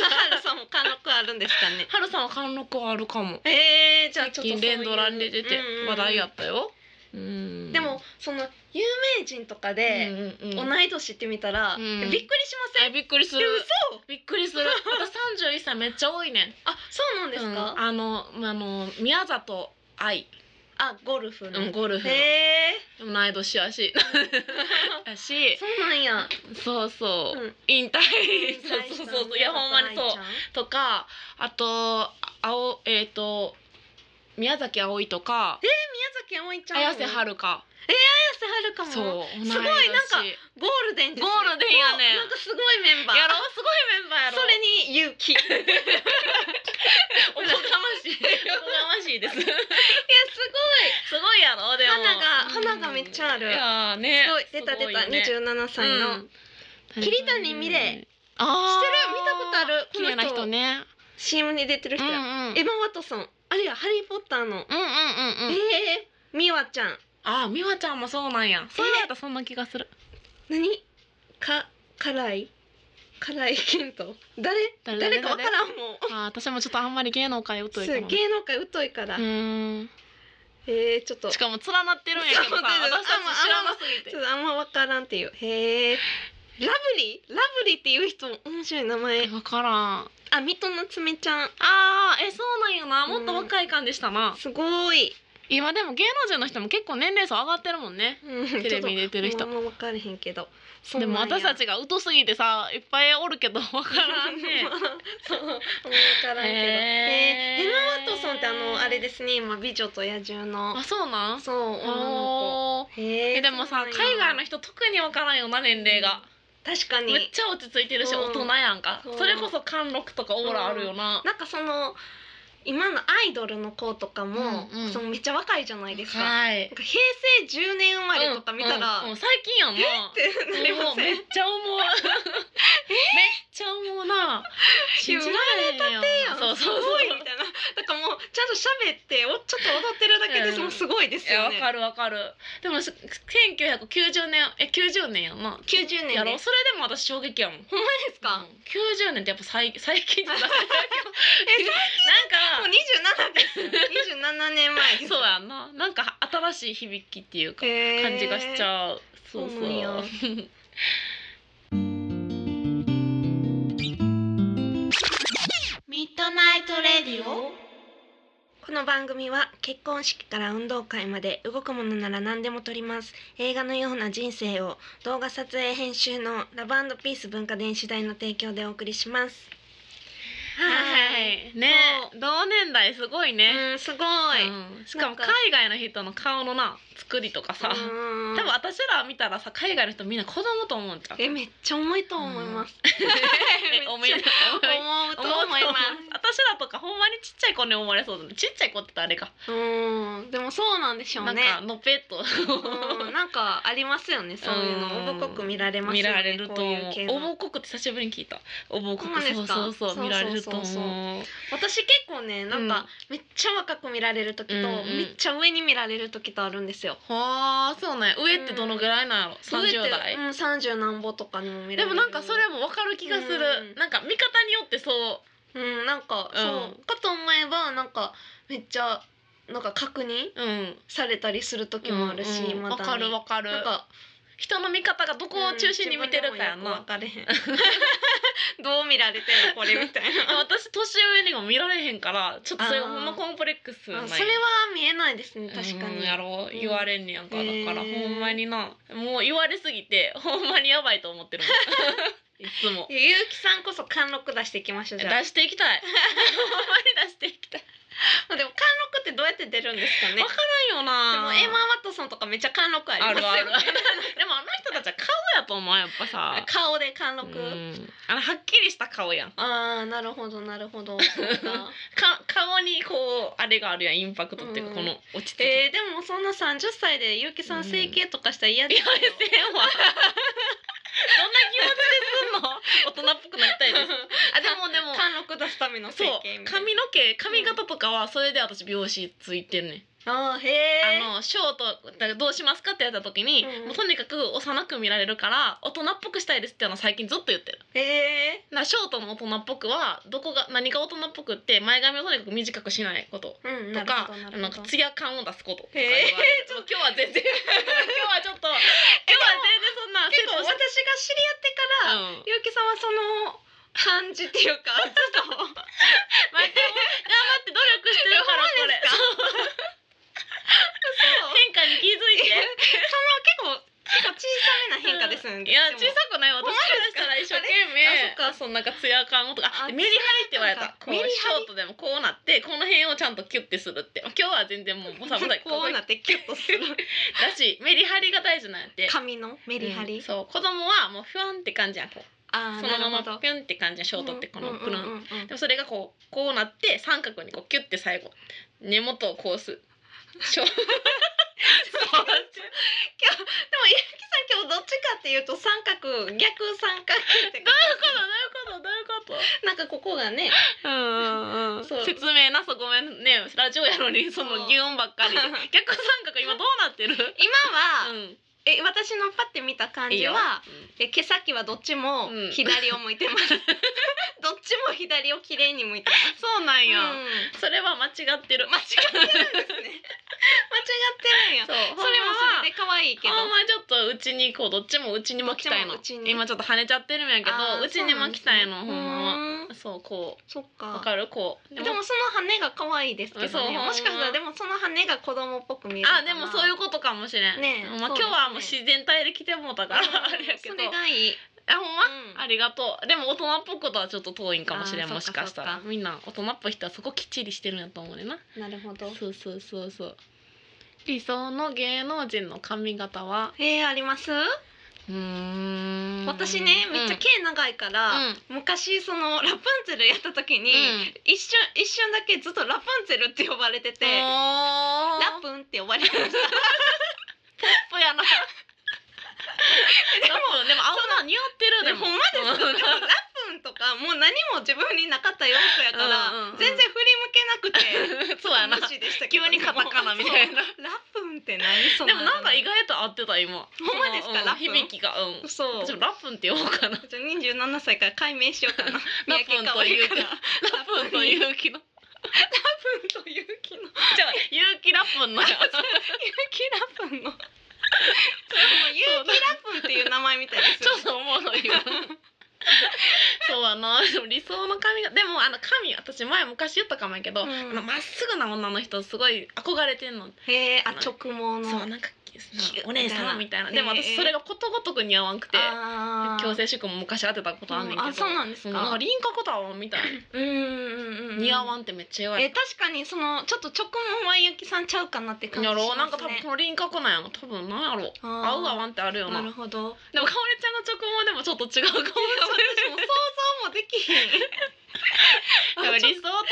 Speaker 1: さんも貫禄あるんですか ね
Speaker 2: ハルさんは貫禄あるかも
Speaker 1: えー、じゃあ
Speaker 2: 最
Speaker 1: ちょっとそうい
Speaker 2: 近
Speaker 1: う
Speaker 2: 連ドラに出てて
Speaker 1: うんうん
Speaker 2: 話題やったようん
Speaker 1: でもその有名人とか
Speaker 2: う
Speaker 1: で、
Speaker 2: んうんうん
Speaker 1: 同い年って見たら、
Speaker 2: うん
Speaker 1: びっくりしませ
Speaker 2: え
Speaker 1: ん
Speaker 2: びっくりす
Speaker 1: え
Speaker 2: る
Speaker 1: 嘘
Speaker 2: びっく りする私31歳めっちゃ多いねん
Speaker 1: あそうなんですか、
Speaker 2: うんあのあの宮里愛、
Speaker 1: あゴルフの、
Speaker 2: うん、ゴルフの
Speaker 1: へえ
Speaker 2: 同い年やしや し
Speaker 1: そうなんや。
Speaker 2: そうそう、
Speaker 1: うん
Speaker 2: 引退そうそうそうそういやほんまにそうとかあとあおえっ、と宮崎あおいとか
Speaker 1: 宮崎葵ちゃん。
Speaker 2: 綾瀬は
Speaker 1: る。
Speaker 2: るか
Speaker 1: 綾瀬はるかも。
Speaker 2: そう
Speaker 1: ゴ
Speaker 2: 同
Speaker 1: すごいなんかールデンですね。
Speaker 2: ゴールデンやねん
Speaker 1: なんかすごいメンバー。
Speaker 2: やろすごいメンバーやろ
Speaker 1: それに勇 気。いやす
Speaker 2: おこがましいおこがましい です すごいやろでも
Speaker 1: 花が花がめっちゃある
Speaker 2: いやーね
Speaker 1: ごい。すごい出た
Speaker 2: すご
Speaker 1: 出
Speaker 2: いよ
Speaker 1: た
Speaker 2: ね
Speaker 1: 二十七歳
Speaker 2: う
Speaker 1: の。
Speaker 2: ん
Speaker 1: 桐谷美玲し
Speaker 2: あ
Speaker 1: てる
Speaker 2: ー
Speaker 1: 見たことある。
Speaker 2: 綺麗な
Speaker 1: こ
Speaker 2: 人
Speaker 1: の人。
Speaker 2: ね
Speaker 1: CM に出てる
Speaker 2: うん
Speaker 1: 人
Speaker 2: うん
Speaker 1: や。エマワトソン。あるいはハリーポッターの。
Speaker 2: うんうんうんうん
Speaker 1: ええ。美和ちゃん。
Speaker 2: あー美和ちゃんもそうなんやそうやったらそんな気がする
Speaker 1: 何？か辛い。辛い健人。誰？
Speaker 2: 誰
Speaker 1: 誰かわからんもん。
Speaker 2: あー私もちょっとあんまり芸能界疎い
Speaker 1: そう
Speaker 2: かも
Speaker 1: 芸能界疎いから。
Speaker 2: うーん
Speaker 1: ええちょっと。
Speaker 2: しかも連なってるんやけど
Speaker 1: そうで
Speaker 2: さ私たち知らなす
Speaker 1: ち
Speaker 2: ぎて
Speaker 1: ょっとあんま分からんっていうへえラブリーラブリーっていう人面白い名前
Speaker 2: 分からんあ
Speaker 1: あ水戸夏目ちゃん
Speaker 2: あーえそうなんやな
Speaker 1: うん
Speaker 2: もっと若い感じしたな、
Speaker 1: すごい、
Speaker 2: 今でも芸能人の人も結構年齢層上がってるもんね
Speaker 1: うん、
Speaker 2: テレビに出てる人
Speaker 1: ちょっともうあんま分からへんけどそう
Speaker 2: で
Speaker 1: なん
Speaker 2: も
Speaker 1: や
Speaker 2: 私たちが疎すぎてさいっぱいおるけど分からんね
Speaker 1: そう分からんけど
Speaker 2: へ
Speaker 1: え
Speaker 2: え
Speaker 1: ーエマ・ワトソンってあのあれですね今「美女と野獣の」
Speaker 2: あそうなん
Speaker 1: そう女の
Speaker 2: おー
Speaker 1: 子へえ
Speaker 2: えでもさ海外の人特に分からんよな年齢が、
Speaker 1: 確か
Speaker 2: めっ
Speaker 1: に
Speaker 2: ちゃ落ち着いてるし、
Speaker 1: うん
Speaker 2: 大人やんか
Speaker 1: そう
Speaker 2: それこそ貫禄とかオーラあるよな、
Speaker 1: なんかその今のアイドルの子とかも、
Speaker 2: うんうん
Speaker 1: そのめっちゃ若いじゃないですか,、
Speaker 2: は
Speaker 1: な
Speaker 2: い
Speaker 1: んか平成10年生まれとか見たら、
Speaker 2: うんう
Speaker 1: っ
Speaker 2: んうん最近やんな
Speaker 1: てなりま
Speaker 2: もうめ
Speaker 1: せ
Speaker 2: っ
Speaker 1: ん
Speaker 2: ちゃ思 うめっちゃ思うな信じられたて
Speaker 1: やん
Speaker 2: そうそうそう
Speaker 1: すごいみたいなだからもうちゃんと喋っておちょっと踊ってるだけで
Speaker 2: うん
Speaker 1: もうすごいです
Speaker 2: いや
Speaker 1: よ
Speaker 2: わ
Speaker 1: ね、
Speaker 2: かるわかるでもし1990年え90年やんな
Speaker 1: 90年
Speaker 2: やろ
Speaker 1: です
Speaker 2: それでも私衝撃やもんほんまです
Speaker 1: か
Speaker 2: 90年ってやっぱ最 最近じゃななんか
Speaker 1: もう27です27年前です
Speaker 2: そうやんななんか新しい響きっていうか
Speaker 1: へー
Speaker 2: 感じがしち ゃう、そうそ
Speaker 1: そうなんや
Speaker 2: う
Speaker 1: ミッドナイトレディオこの番組は結婚式から運動会まで動くものなら何でも撮ります映画のような人生を動画撮影編集のラブピース文化電子代の提供でお送りします
Speaker 2: はいね同年代すごいね、
Speaker 1: うんすごい、
Speaker 2: うんしかも
Speaker 1: なん
Speaker 2: 海
Speaker 1: か
Speaker 2: 外の人の顔のな作りとかさ、
Speaker 1: うん
Speaker 2: 多分私ら見たらさ海外の人みんな子供と思うんちゃう
Speaker 1: えめっちゃ重いと思います、 めっち
Speaker 2: え
Speaker 1: ゃ
Speaker 2: おめでとう
Speaker 1: 思うと思いま
Speaker 2: 私らとかほんまにちっちゃい子に思われそうだねちっちゃい子ってあれか、
Speaker 1: すうんでもそうなんでしょう
Speaker 2: なん
Speaker 1: ね
Speaker 2: かのぺっと
Speaker 1: うんなんかありますよねそういうのおぼこく見られます
Speaker 2: 見
Speaker 1: よね
Speaker 2: られると
Speaker 1: こう
Speaker 2: 思
Speaker 1: いう系
Speaker 2: う
Speaker 1: の
Speaker 2: おぼこくって久しぶりに聞いたおぼこ
Speaker 1: ほんま
Speaker 2: く
Speaker 1: です
Speaker 2: そう
Speaker 1: か
Speaker 2: そうそ
Speaker 1: そうそ
Speaker 2: う
Speaker 1: うそう
Speaker 2: 見られると思う
Speaker 1: そう私結構ねなんか、めっちゃ若く見られる時と、
Speaker 2: うんうん
Speaker 1: めっちゃ上に見られる時とあるんですよ。
Speaker 2: はあそうね上ってどのぐらいなの三十
Speaker 1: 上って
Speaker 2: 代、
Speaker 1: うん三十何歩とかにも見られる。
Speaker 2: でもなんかそれもわかる気がする、
Speaker 1: うん
Speaker 2: なんか見方によってそう
Speaker 1: うんなんか、
Speaker 2: うん
Speaker 1: そうかと思えばなんかめっちゃなんか確認
Speaker 2: うん
Speaker 1: されたりする時もあるし、
Speaker 2: うんうん
Speaker 1: ま
Speaker 2: わ
Speaker 1: だに
Speaker 2: かるわかる
Speaker 1: なんか
Speaker 2: 人の見方がどこを中心に見てるかや
Speaker 1: うんん自分でもよく分、
Speaker 2: な
Speaker 1: かれへん。 どう 見られてるのこれみたいな。
Speaker 2: 私年上にも見られへんからちょっとそれがほんまコンプレックスなん
Speaker 1: あ
Speaker 2: や
Speaker 1: それは見えないですね確か
Speaker 2: うん
Speaker 1: に。
Speaker 2: やろ
Speaker 1: うん
Speaker 2: 言われんねやんか、
Speaker 1: へ
Speaker 2: だ
Speaker 1: ー
Speaker 2: からほんまになもう言われすぎて ほんまにやばいと思ってるもん いつも
Speaker 1: いやゆうきさんこそ貫禄出していきましょう
Speaker 2: 出
Speaker 1: じゃあ。
Speaker 2: していきたいほんまに出していきたい
Speaker 1: でも貫禄ってどうやって出るんですかね。
Speaker 2: わないよ
Speaker 1: で
Speaker 2: な
Speaker 1: もエマ・ワトソンとかめっちゃ貫禄あり
Speaker 2: あ
Speaker 1: ます
Speaker 2: る
Speaker 1: よ
Speaker 2: ある
Speaker 1: ね。
Speaker 2: でもあの人たちは顔やと思うやっぱさ
Speaker 1: 顔で貫禄。
Speaker 2: うんあのはっきりした顔やんか
Speaker 1: ああなるほどなるほ ど。そうか
Speaker 2: 顔にこうあれがあるやんインパクトっていう
Speaker 1: う
Speaker 2: か、
Speaker 1: ん
Speaker 2: この落ち着き、
Speaker 1: えー、でもそんな三十歳でゆうきさん整形とかしたら嫌ですよ。
Speaker 2: ん わどんな気持ち ですんの大人っぽくなりたいですあでもでも
Speaker 1: 貫禄出すための整
Speaker 2: そう
Speaker 1: 形みたいな。
Speaker 2: 髪の毛髪型とかはそれで私美容師ついてるね、
Speaker 1: ああへえ。
Speaker 2: あのショートだからどうしますかってやった時に、
Speaker 1: うん
Speaker 2: もうとにかく幼く見られるから大人っぽくしたいですっていうのを最近ずっと言ってる
Speaker 1: へえ。
Speaker 2: だからショートの大人っぽくはどこが何が大人っぽくって前髪をとにかく短くしないこと
Speaker 1: うんな
Speaker 2: と
Speaker 1: る
Speaker 2: か
Speaker 1: ほどな
Speaker 2: あの
Speaker 1: るほど。
Speaker 2: ツヤ感を出すこととか言われ
Speaker 1: へ
Speaker 2: る
Speaker 1: え
Speaker 2: ちょっと今日は全然今日はちょっ と今日は
Speaker 1: 結
Speaker 2: 全然そんな
Speaker 1: 構私が知り合ってから、
Speaker 2: うん
Speaker 1: ゆうきさんはその感じって いうかちょっと。
Speaker 2: 毎回も頑張って努力してるからこれ
Speaker 1: そう
Speaker 2: 変化に気づいて
Speaker 1: 結構結構小さめな変化ですよね。
Speaker 2: いや
Speaker 1: でも
Speaker 2: 小さくない私からしたら一生懸命
Speaker 1: あれあそっか
Speaker 2: そんなかツヤ感をとか
Speaker 1: あ
Speaker 2: でメリハリって言われ
Speaker 1: そう
Speaker 2: た
Speaker 1: か
Speaker 2: こうシ
Speaker 1: メリハリ
Speaker 2: ョートでもこうなってこの辺をちゃんとキュッてするって今日は全然もうボサボサ
Speaker 1: こうなってキュッとす る
Speaker 2: だしメリハリが大事なんやって
Speaker 1: 髪のメリハ
Speaker 2: う
Speaker 1: リ、
Speaker 2: んそう子供はもうフワンって感じやんこう
Speaker 1: ああ
Speaker 2: そのま
Speaker 1: なる
Speaker 2: ま
Speaker 1: ほど
Speaker 2: ピュンって感じやんショートってこのプルン、
Speaker 1: うんうんうんうん
Speaker 2: でもそれがこうこうなって三角にこうキュッて最後根元をこうすショ ート
Speaker 1: 今日でもゆうきさん今日どっちかっていうと三角逆三角って 感
Speaker 2: どういうことどういうこと
Speaker 1: じなんかここがね
Speaker 2: うんうんうん
Speaker 1: そう
Speaker 2: 説明なさごめんねラジオやのにそ
Speaker 1: そ
Speaker 2: の
Speaker 1: う
Speaker 2: 擬音ばっか りで逆三角今どうなってる
Speaker 1: 今は、
Speaker 2: うん
Speaker 1: え私のパッて見た感
Speaker 2: いい
Speaker 1: じ
Speaker 2: よ
Speaker 1: はえ毛先はどっちも
Speaker 2: うん
Speaker 1: 左を向いて ます、どっちも左を綺麗に向いてま
Speaker 2: そうなん
Speaker 1: す、
Speaker 2: や、
Speaker 1: うん
Speaker 2: それは間違ってる間違って
Speaker 1: で すね間違ってるんや
Speaker 2: そ
Speaker 1: そ
Speaker 2: う
Speaker 1: れもそれで可愛いけど
Speaker 2: ほんまちょっとうちにこうどっちもうちに巻きたいの
Speaker 1: どっちも内に
Speaker 2: 今ちょっと跳ねちゃってるんやけ
Speaker 1: あ
Speaker 2: ど
Speaker 1: ー
Speaker 2: うちに巻きたいのほ
Speaker 1: そうんな
Speaker 2: まは
Speaker 1: んですねうーん
Speaker 2: そうこ
Speaker 1: そっ
Speaker 2: う
Speaker 1: か
Speaker 2: わかるこう
Speaker 1: でもその羽が可愛いですけ
Speaker 2: そう
Speaker 1: ど
Speaker 2: ほん
Speaker 1: ね
Speaker 2: ま
Speaker 1: もしかしたらでもその羽が子供っぽく見える
Speaker 2: あでもそういううことかもしれん、
Speaker 1: ねえ
Speaker 2: まあ、
Speaker 1: そうですね
Speaker 2: 今日はもう自然体で来ても うたからあれやけど
Speaker 1: それがいい
Speaker 2: あほんま、
Speaker 1: うん
Speaker 2: ありがとうでも大人っぽくとはちょっと遠いんかもしれ
Speaker 1: あ
Speaker 2: ん
Speaker 1: ー
Speaker 2: もしかした
Speaker 1: そっ
Speaker 2: ら
Speaker 1: かそっ
Speaker 2: みんな大人っぽい人はそこきっちりしてるんやと思うねんな
Speaker 1: なるほど
Speaker 2: そうそうそうそう理想の芸能人の髪型は
Speaker 1: えー、あります
Speaker 2: うーんうん
Speaker 1: 私ねめっちゃ毛長いから、
Speaker 2: うん
Speaker 1: 昔そのラプンツェルやった時に、
Speaker 2: うん
Speaker 1: 一瞬一瞬だけずっとラプンツェルって呼ばれてて、
Speaker 2: おー
Speaker 1: ラプンって呼ばれてましたポップやな
Speaker 2: ラッ プでも青菜似合って る
Speaker 1: でもほんまですよでもラップンとかもう何も自分になかった洋服やから、
Speaker 2: うんうんうん
Speaker 1: 全然振り向けなくて
Speaker 2: うんそうやな
Speaker 1: 楽しいでしたけ
Speaker 2: 急
Speaker 1: ど
Speaker 2: にカタカナみたいな
Speaker 1: そうラップンって何そ
Speaker 2: でもなんか意
Speaker 1: 外
Speaker 2: 外と合ってた今
Speaker 1: ほんまですか
Speaker 2: う
Speaker 1: ラップ
Speaker 2: う響きがうん
Speaker 1: そう
Speaker 2: 私もラップンって呼ぼうかな
Speaker 1: じゃあ27歳から解明しようかな
Speaker 2: ラップ
Speaker 1: 三宅
Speaker 2: ンという
Speaker 1: かわいいから
Speaker 2: ラップンと勇気の
Speaker 1: ラップンと勇 気の
Speaker 2: じゃあ勇気ラップンの や
Speaker 1: 勇気ラップンのそれも勇気ラップンっていう名前みたいです
Speaker 2: ち
Speaker 1: よ
Speaker 2: ょっとおもろいわ そうやなでも理想の髪がでもあの髪私前昔言ったかもやけど、
Speaker 1: うん
Speaker 2: あのまっすぐな女の人すごい憧れてんの、
Speaker 1: へえあ直毛の
Speaker 2: そうなんか
Speaker 1: ュッ
Speaker 2: お姉さんみたいな、
Speaker 1: みた
Speaker 2: で
Speaker 1: い
Speaker 2: も
Speaker 1: な
Speaker 2: 私それがことごとく似合わんくて
Speaker 1: あー
Speaker 2: 強制宿も昔当てたことあんねんけど、
Speaker 1: うんあそうなんですか
Speaker 2: なんか輪郭だわみたい
Speaker 1: うんうんうんう
Speaker 2: なん似合わんってめっちゃ言わ
Speaker 1: え
Speaker 2: れ
Speaker 1: 確かにそのちょっと直毛はゆきさんちゃうかなって
Speaker 2: た
Speaker 1: 感じ
Speaker 2: や
Speaker 1: します
Speaker 2: ろ
Speaker 1: ね
Speaker 2: うなんか多分この輪郭なんやろ多分なんやろ
Speaker 1: あー
Speaker 2: 合う合わんってあるよな
Speaker 1: な
Speaker 2: で
Speaker 1: る
Speaker 2: もか
Speaker 1: ほ ど
Speaker 2: おりちゃんの直毛でもちょっと違うかも
Speaker 1: 私
Speaker 2: し
Speaker 1: も想像もでき へ
Speaker 2: れ ない
Speaker 1: ん
Speaker 2: やっぱ理想となっ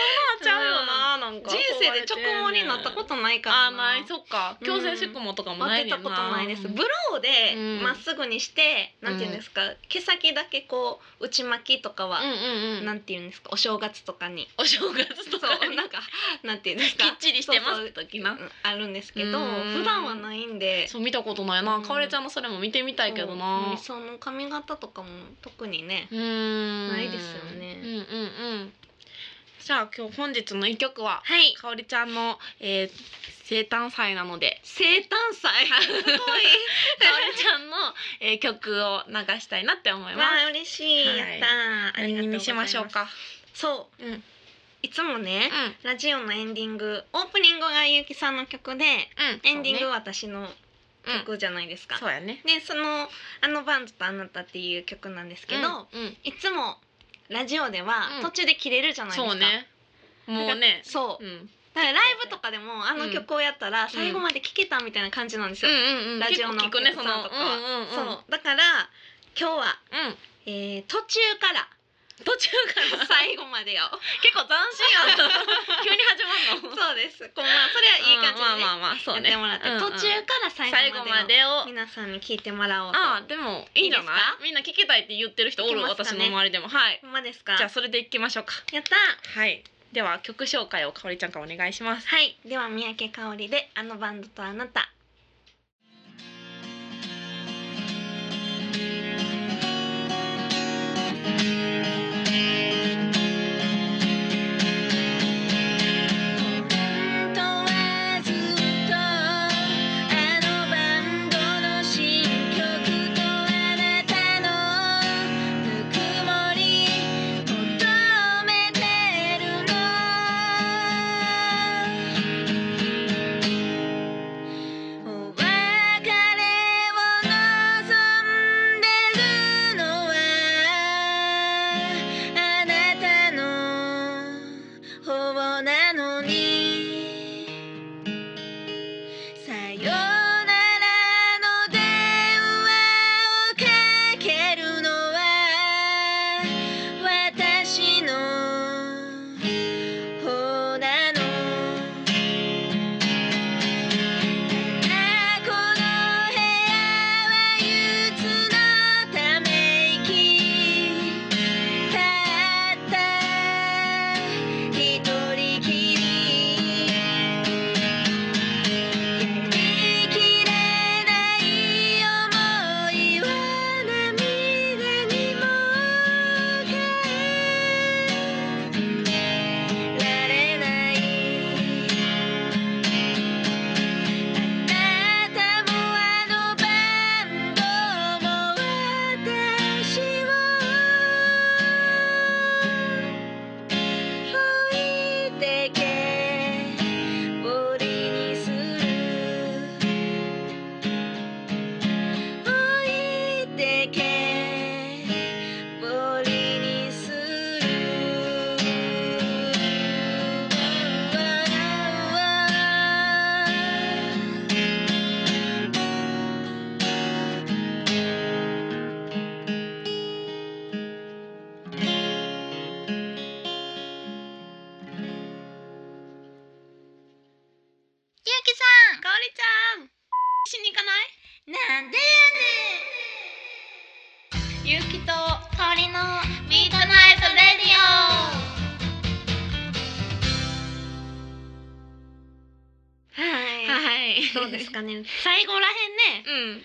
Speaker 2: ちゃうよななんか
Speaker 1: 人生で直毛になったことないから
Speaker 2: あーないそっか
Speaker 1: うん
Speaker 2: 強制宿毛とかもな
Speaker 1: 当て
Speaker 2: いね
Speaker 1: た
Speaker 2: ん
Speaker 1: ことないですブロー
Speaker 2: うん
Speaker 1: でまっすぐにして、なんていうんですか毛先だけこう内巻きとかは、
Speaker 2: うんうんうん
Speaker 1: なんていうんですかお正月とか に
Speaker 2: お正月
Speaker 1: そ
Speaker 2: と
Speaker 1: う
Speaker 2: かに
Speaker 1: なんかなんていうんです
Speaker 2: き
Speaker 1: か
Speaker 2: っちりしてま
Speaker 1: そ
Speaker 2: す
Speaker 1: う
Speaker 2: って時
Speaker 1: う
Speaker 2: なん
Speaker 1: あるんですけど
Speaker 2: うん
Speaker 1: 普段はないんで
Speaker 2: そう見たことないな
Speaker 1: うん
Speaker 2: かおりちゃんのそれも見てみたいけどな
Speaker 1: 理想の髪型とかも特にね
Speaker 2: うーん
Speaker 1: ないですよね
Speaker 2: うんうんうん。じゃあ今日本日の一曲は
Speaker 1: はい
Speaker 2: かおりちゃんの、えー、生誕祭な ので
Speaker 1: 生誕祭 すごい
Speaker 2: かおりちゃんの、えー、曲を流したいなって思いま
Speaker 1: わあ嬉しい、
Speaker 2: はい
Speaker 1: やった
Speaker 2: す。
Speaker 1: ーありがとうござい
Speaker 2: 何に
Speaker 1: ます
Speaker 2: しましょうか。
Speaker 1: そう
Speaker 2: うんうん
Speaker 1: いつもね、ラジオのエンディングオープニングがゆうきさんの曲でエンディングは私の
Speaker 2: そうね
Speaker 1: 曲じゃないです
Speaker 2: う
Speaker 1: か
Speaker 2: ん、そうやね。
Speaker 1: でその「あのバンドとあなた」っていう曲なんですけど、
Speaker 2: うんうん
Speaker 1: いつもラジオで
Speaker 2: う
Speaker 1: は
Speaker 2: ん
Speaker 1: 途中で切れるじゃないですか、
Speaker 2: そうね。もうね。
Speaker 1: そううんだからライブとかでもあの曲をやったら最後まで聴けたみたいな感じなんです
Speaker 2: う
Speaker 1: よ、
Speaker 2: んうんうん。
Speaker 1: ラジオの
Speaker 2: 結構聞くねそ
Speaker 1: お
Speaker 2: の。
Speaker 1: 客さんとかは
Speaker 2: うんうんうん。
Speaker 1: そうだから今日は、
Speaker 2: うん。
Speaker 1: えー途中 から
Speaker 2: 途中から
Speaker 1: 最後までよ
Speaker 2: 結構斬 新やった。急に始まるの。
Speaker 1: そうですこうまあそれはいい感じで、ね
Speaker 2: うんまあまあまあそう
Speaker 1: や
Speaker 2: ね。
Speaker 1: ってもらって、
Speaker 2: うんうん
Speaker 1: 途中から
Speaker 2: 最
Speaker 1: 最後
Speaker 2: 後
Speaker 1: ま
Speaker 2: ま
Speaker 1: で
Speaker 2: でを。
Speaker 1: を皆さんに聴いてもらおうと
Speaker 2: ああでもいいんじゃない
Speaker 1: いいです
Speaker 2: みんな聞きたいって言ってる人おる、
Speaker 1: いきますかね
Speaker 2: 私の周りでもはい
Speaker 1: ほんまですか
Speaker 2: じゃあそれでいきましょうか
Speaker 1: やった
Speaker 2: はいでは曲紹介をかおりちゃんからお願いします
Speaker 1: はいでは三宅香織で「あのバンドとあなた」
Speaker 3: 本当はずっとあのバンドの新曲とあなたのぬくもり求めてるのゆうきと
Speaker 1: 香りの
Speaker 3: ミートナイトレディオ
Speaker 1: はい、
Speaker 2: はい
Speaker 1: どうですかね最後らへんね
Speaker 2: うん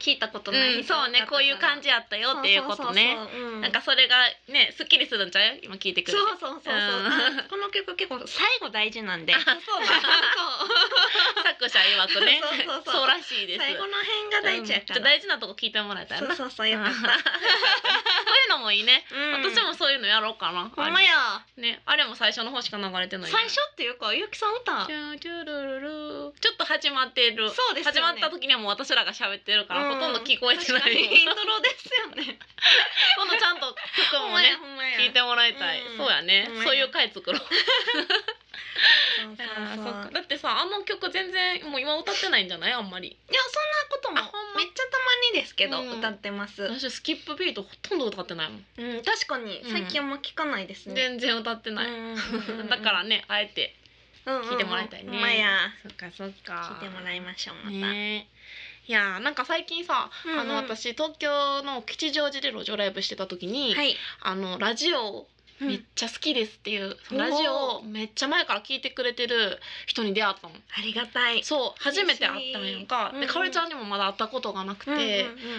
Speaker 1: 聞いたことない、
Speaker 2: うん、そうねこういう感じやったよっていうことね
Speaker 1: そうそうそうそううん
Speaker 2: なんかそれがねすっきりするんちゃう今聞いてくれ
Speaker 1: そ
Speaker 2: て
Speaker 1: うそうそうそう、
Speaker 2: うん
Speaker 1: あこの曲結構最後大事なんで
Speaker 2: あ
Speaker 1: そうなん
Speaker 2: 作者曰くね
Speaker 1: そうそうそう
Speaker 2: らしいです
Speaker 1: 最後の辺が大事やか
Speaker 2: うんちょっと
Speaker 1: ら、
Speaker 2: 大事なとこ聞いてもらえたら
Speaker 1: そ
Speaker 2: な
Speaker 1: うそうそうよかっ
Speaker 2: うんそう いうのもいいね、
Speaker 1: た、うん、
Speaker 2: 私もそういうのやろうかな
Speaker 1: ほんまや
Speaker 2: あれねあれも最初の方しか流れてない
Speaker 1: 最初っていうかゆうきさん歌
Speaker 2: チュンチュルルルーちょっと始まってる
Speaker 1: そうですよね
Speaker 2: 始まった時にはもう私らが喋ってるから、
Speaker 1: うん
Speaker 2: ほとんど聞こえて
Speaker 1: 確
Speaker 2: な
Speaker 1: か
Speaker 2: い
Speaker 1: に
Speaker 2: もん
Speaker 1: イントロですよ ね
Speaker 2: 今度ちゃんと曲
Speaker 1: ほん
Speaker 2: も
Speaker 1: ま
Speaker 2: ね
Speaker 1: やほんまや
Speaker 2: 聞いてもらいたい、
Speaker 1: うん
Speaker 2: そうやね
Speaker 1: ほんまや
Speaker 2: そういう回作ろう
Speaker 1: そうそうそう
Speaker 2: だってさあの曲全然もう今歌ってないんじゃないあんまり
Speaker 1: いやそんな
Speaker 2: あ
Speaker 1: ことも
Speaker 2: ほんま
Speaker 1: めっちゃたまにですけど、
Speaker 2: うん
Speaker 1: 歌ってます、う
Speaker 2: 私スキップビートほとんど歌ってないもん、
Speaker 1: ん、確かに
Speaker 2: うん
Speaker 1: 最近あんま聞かないですね、
Speaker 2: 全然歌ってない、
Speaker 1: うんうんうん
Speaker 2: だからねあえて
Speaker 1: 聞
Speaker 2: 聞いてもらいたいね、
Speaker 1: ほんまや
Speaker 2: そっかそっか
Speaker 1: 聞いてもらいましょうまた、
Speaker 2: ねえいやーなんか最近さ、
Speaker 1: うんうん
Speaker 2: あの私東京の吉祥寺で路上ライブしてた時に、
Speaker 1: はい、
Speaker 2: あのラジオ
Speaker 1: うん
Speaker 2: めっちゃ好きですっていう、その
Speaker 1: おー
Speaker 2: ラジオをめっちゃ前から聞いてくれてる人に出会ったの
Speaker 1: ありがたい
Speaker 2: そう初めて会ったんやんか、
Speaker 1: うんうん
Speaker 2: でかおりちゃんにもまだ会ったことがなくて、
Speaker 1: うんうんう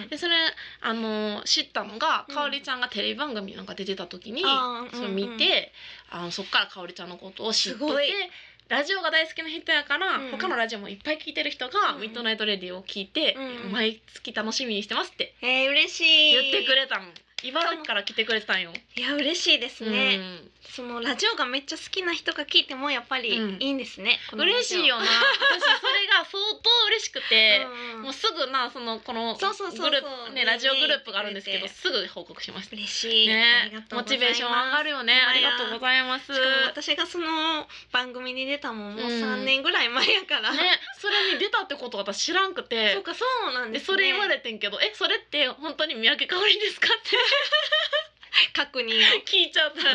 Speaker 1: ん
Speaker 2: でそれあの知ったのが
Speaker 1: うん
Speaker 2: かおりちゃんがテレビ番組なんか出てた時に、
Speaker 1: あー
Speaker 2: そううん
Speaker 1: うん
Speaker 2: 見て、あのそっからかおりちゃんのことを知って
Speaker 1: すごい
Speaker 2: てラジオが大好きな人やから、
Speaker 1: うんうん
Speaker 2: 他のラジオもいっぱい聞いてる人
Speaker 1: うん
Speaker 2: が「
Speaker 1: うん
Speaker 2: ミッドナイトレディ」を聞いて、
Speaker 1: うんうん
Speaker 2: 毎月楽しみにしてます」って
Speaker 1: えー、嬉しい
Speaker 2: 言ってくれたの茨城から来てくれてたんよ。
Speaker 1: いや嬉しいですね、
Speaker 2: うん
Speaker 1: そのラジオがめっちゃ好きな人が聞いてもやっぱり
Speaker 2: うん
Speaker 1: いいんですね、このラジオ
Speaker 2: 嬉しいよな私それが相当嬉しくて、
Speaker 1: うん
Speaker 2: もうすぐなそのこの
Speaker 1: そうそうそうそう
Speaker 2: グループねラジオグループがあるんですけ
Speaker 1: ね
Speaker 2: どすぐ報告しました
Speaker 1: 嬉しい、あ
Speaker 2: ね
Speaker 1: りが、とう
Speaker 2: モ
Speaker 1: ございます
Speaker 2: チベーション上がるよね。
Speaker 1: ほん
Speaker 2: あ
Speaker 1: ま
Speaker 2: り
Speaker 1: や
Speaker 2: がとうございます。
Speaker 1: し
Speaker 2: ね
Speaker 1: かも、私がその番組に出たもんもう
Speaker 2: うん
Speaker 1: 3年ぐらい前やから、
Speaker 2: それに出たってこと私知らんく
Speaker 1: そう
Speaker 2: て。
Speaker 1: かそうなんで
Speaker 2: で、
Speaker 1: すね
Speaker 2: それ言われてんけど、え、それって本当に三宅かおりですかっ
Speaker 1: 確認を、
Speaker 2: て 聞いちゃった。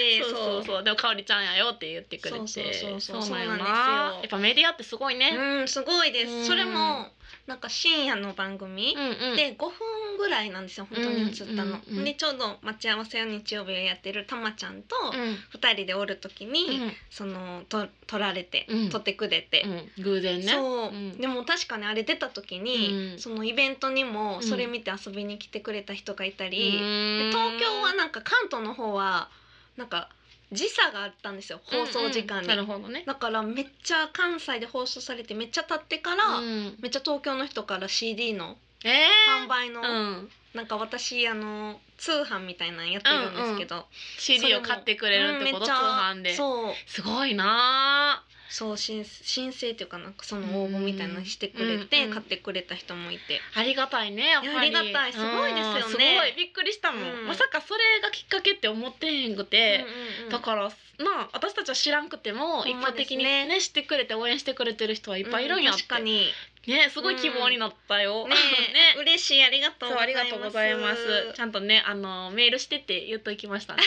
Speaker 1: えー
Speaker 2: そうそうそう、でもかおりちゃんやよって言ってくれて。
Speaker 1: そうそうそうそう
Speaker 2: なんよ
Speaker 1: そうなんで
Speaker 2: な
Speaker 1: すよ
Speaker 2: やっぱメディアってすごいね。
Speaker 1: うんすごいです、
Speaker 2: うん
Speaker 1: それもなんか深夜の番組、
Speaker 2: うんうん。
Speaker 1: で5分ぐらいなんですよ本当に映ったの、
Speaker 2: うんうんうん
Speaker 1: でちょうど待ち合わせを日曜日をやってるたまちゃんと
Speaker 2: うん。
Speaker 1: 2人でおる時に、そのと撮られて、
Speaker 2: うん
Speaker 1: 撮ってくれて、
Speaker 2: うん。偶然ね。
Speaker 1: そう、
Speaker 2: ん
Speaker 1: でも確かにあれ出た時に、
Speaker 2: うん
Speaker 1: そのイベントにも
Speaker 2: ん
Speaker 1: それ見て遊びに来てくれた人がいた
Speaker 2: う
Speaker 1: り、
Speaker 2: ー
Speaker 1: で
Speaker 2: ん
Speaker 1: 東京はなんか関東の方はなんか時差があったんですよ放送時間に、
Speaker 2: うんうんなるほどね。
Speaker 1: だからめっちゃ関西で放送されてめっちゃ経ってから、
Speaker 2: うん
Speaker 1: めっちゃ東京の人から CD の
Speaker 2: え
Speaker 1: 販売の、
Speaker 2: ーうん。
Speaker 1: なんか私あの通販みたいなのやってるんですけど、
Speaker 2: CD を買ってくれるってこと
Speaker 1: そ
Speaker 2: 通
Speaker 1: れも
Speaker 2: 販で。
Speaker 1: そう
Speaker 2: すごいなあ。
Speaker 1: そう申申請っていうかなんかその応募みたいなのしてくれて、
Speaker 2: うんうん
Speaker 1: 買ってくれた人もいて、
Speaker 2: ありがたいねやっぱり
Speaker 1: いやありがたいすごいですよね
Speaker 2: うんすごいびっくりしたもん、
Speaker 1: うん
Speaker 2: まさかそれがきっかけって思ってへんくて、だからなあ私たちは知らんくても、
Speaker 1: ほ
Speaker 2: 一
Speaker 1: んま
Speaker 2: 般
Speaker 1: です
Speaker 2: 的
Speaker 1: ね
Speaker 2: にね知ってくれて応援してくれてる人はいっぱいいるんやって、
Speaker 1: 確かにね
Speaker 2: ねすごい希望になったよ、
Speaker 1: え
Speaker 2: ね
Speaker 1: 嬉しいありがとう
Speaker 2: そうありがとうございますちゃんとねあのメールしてって言っときましたね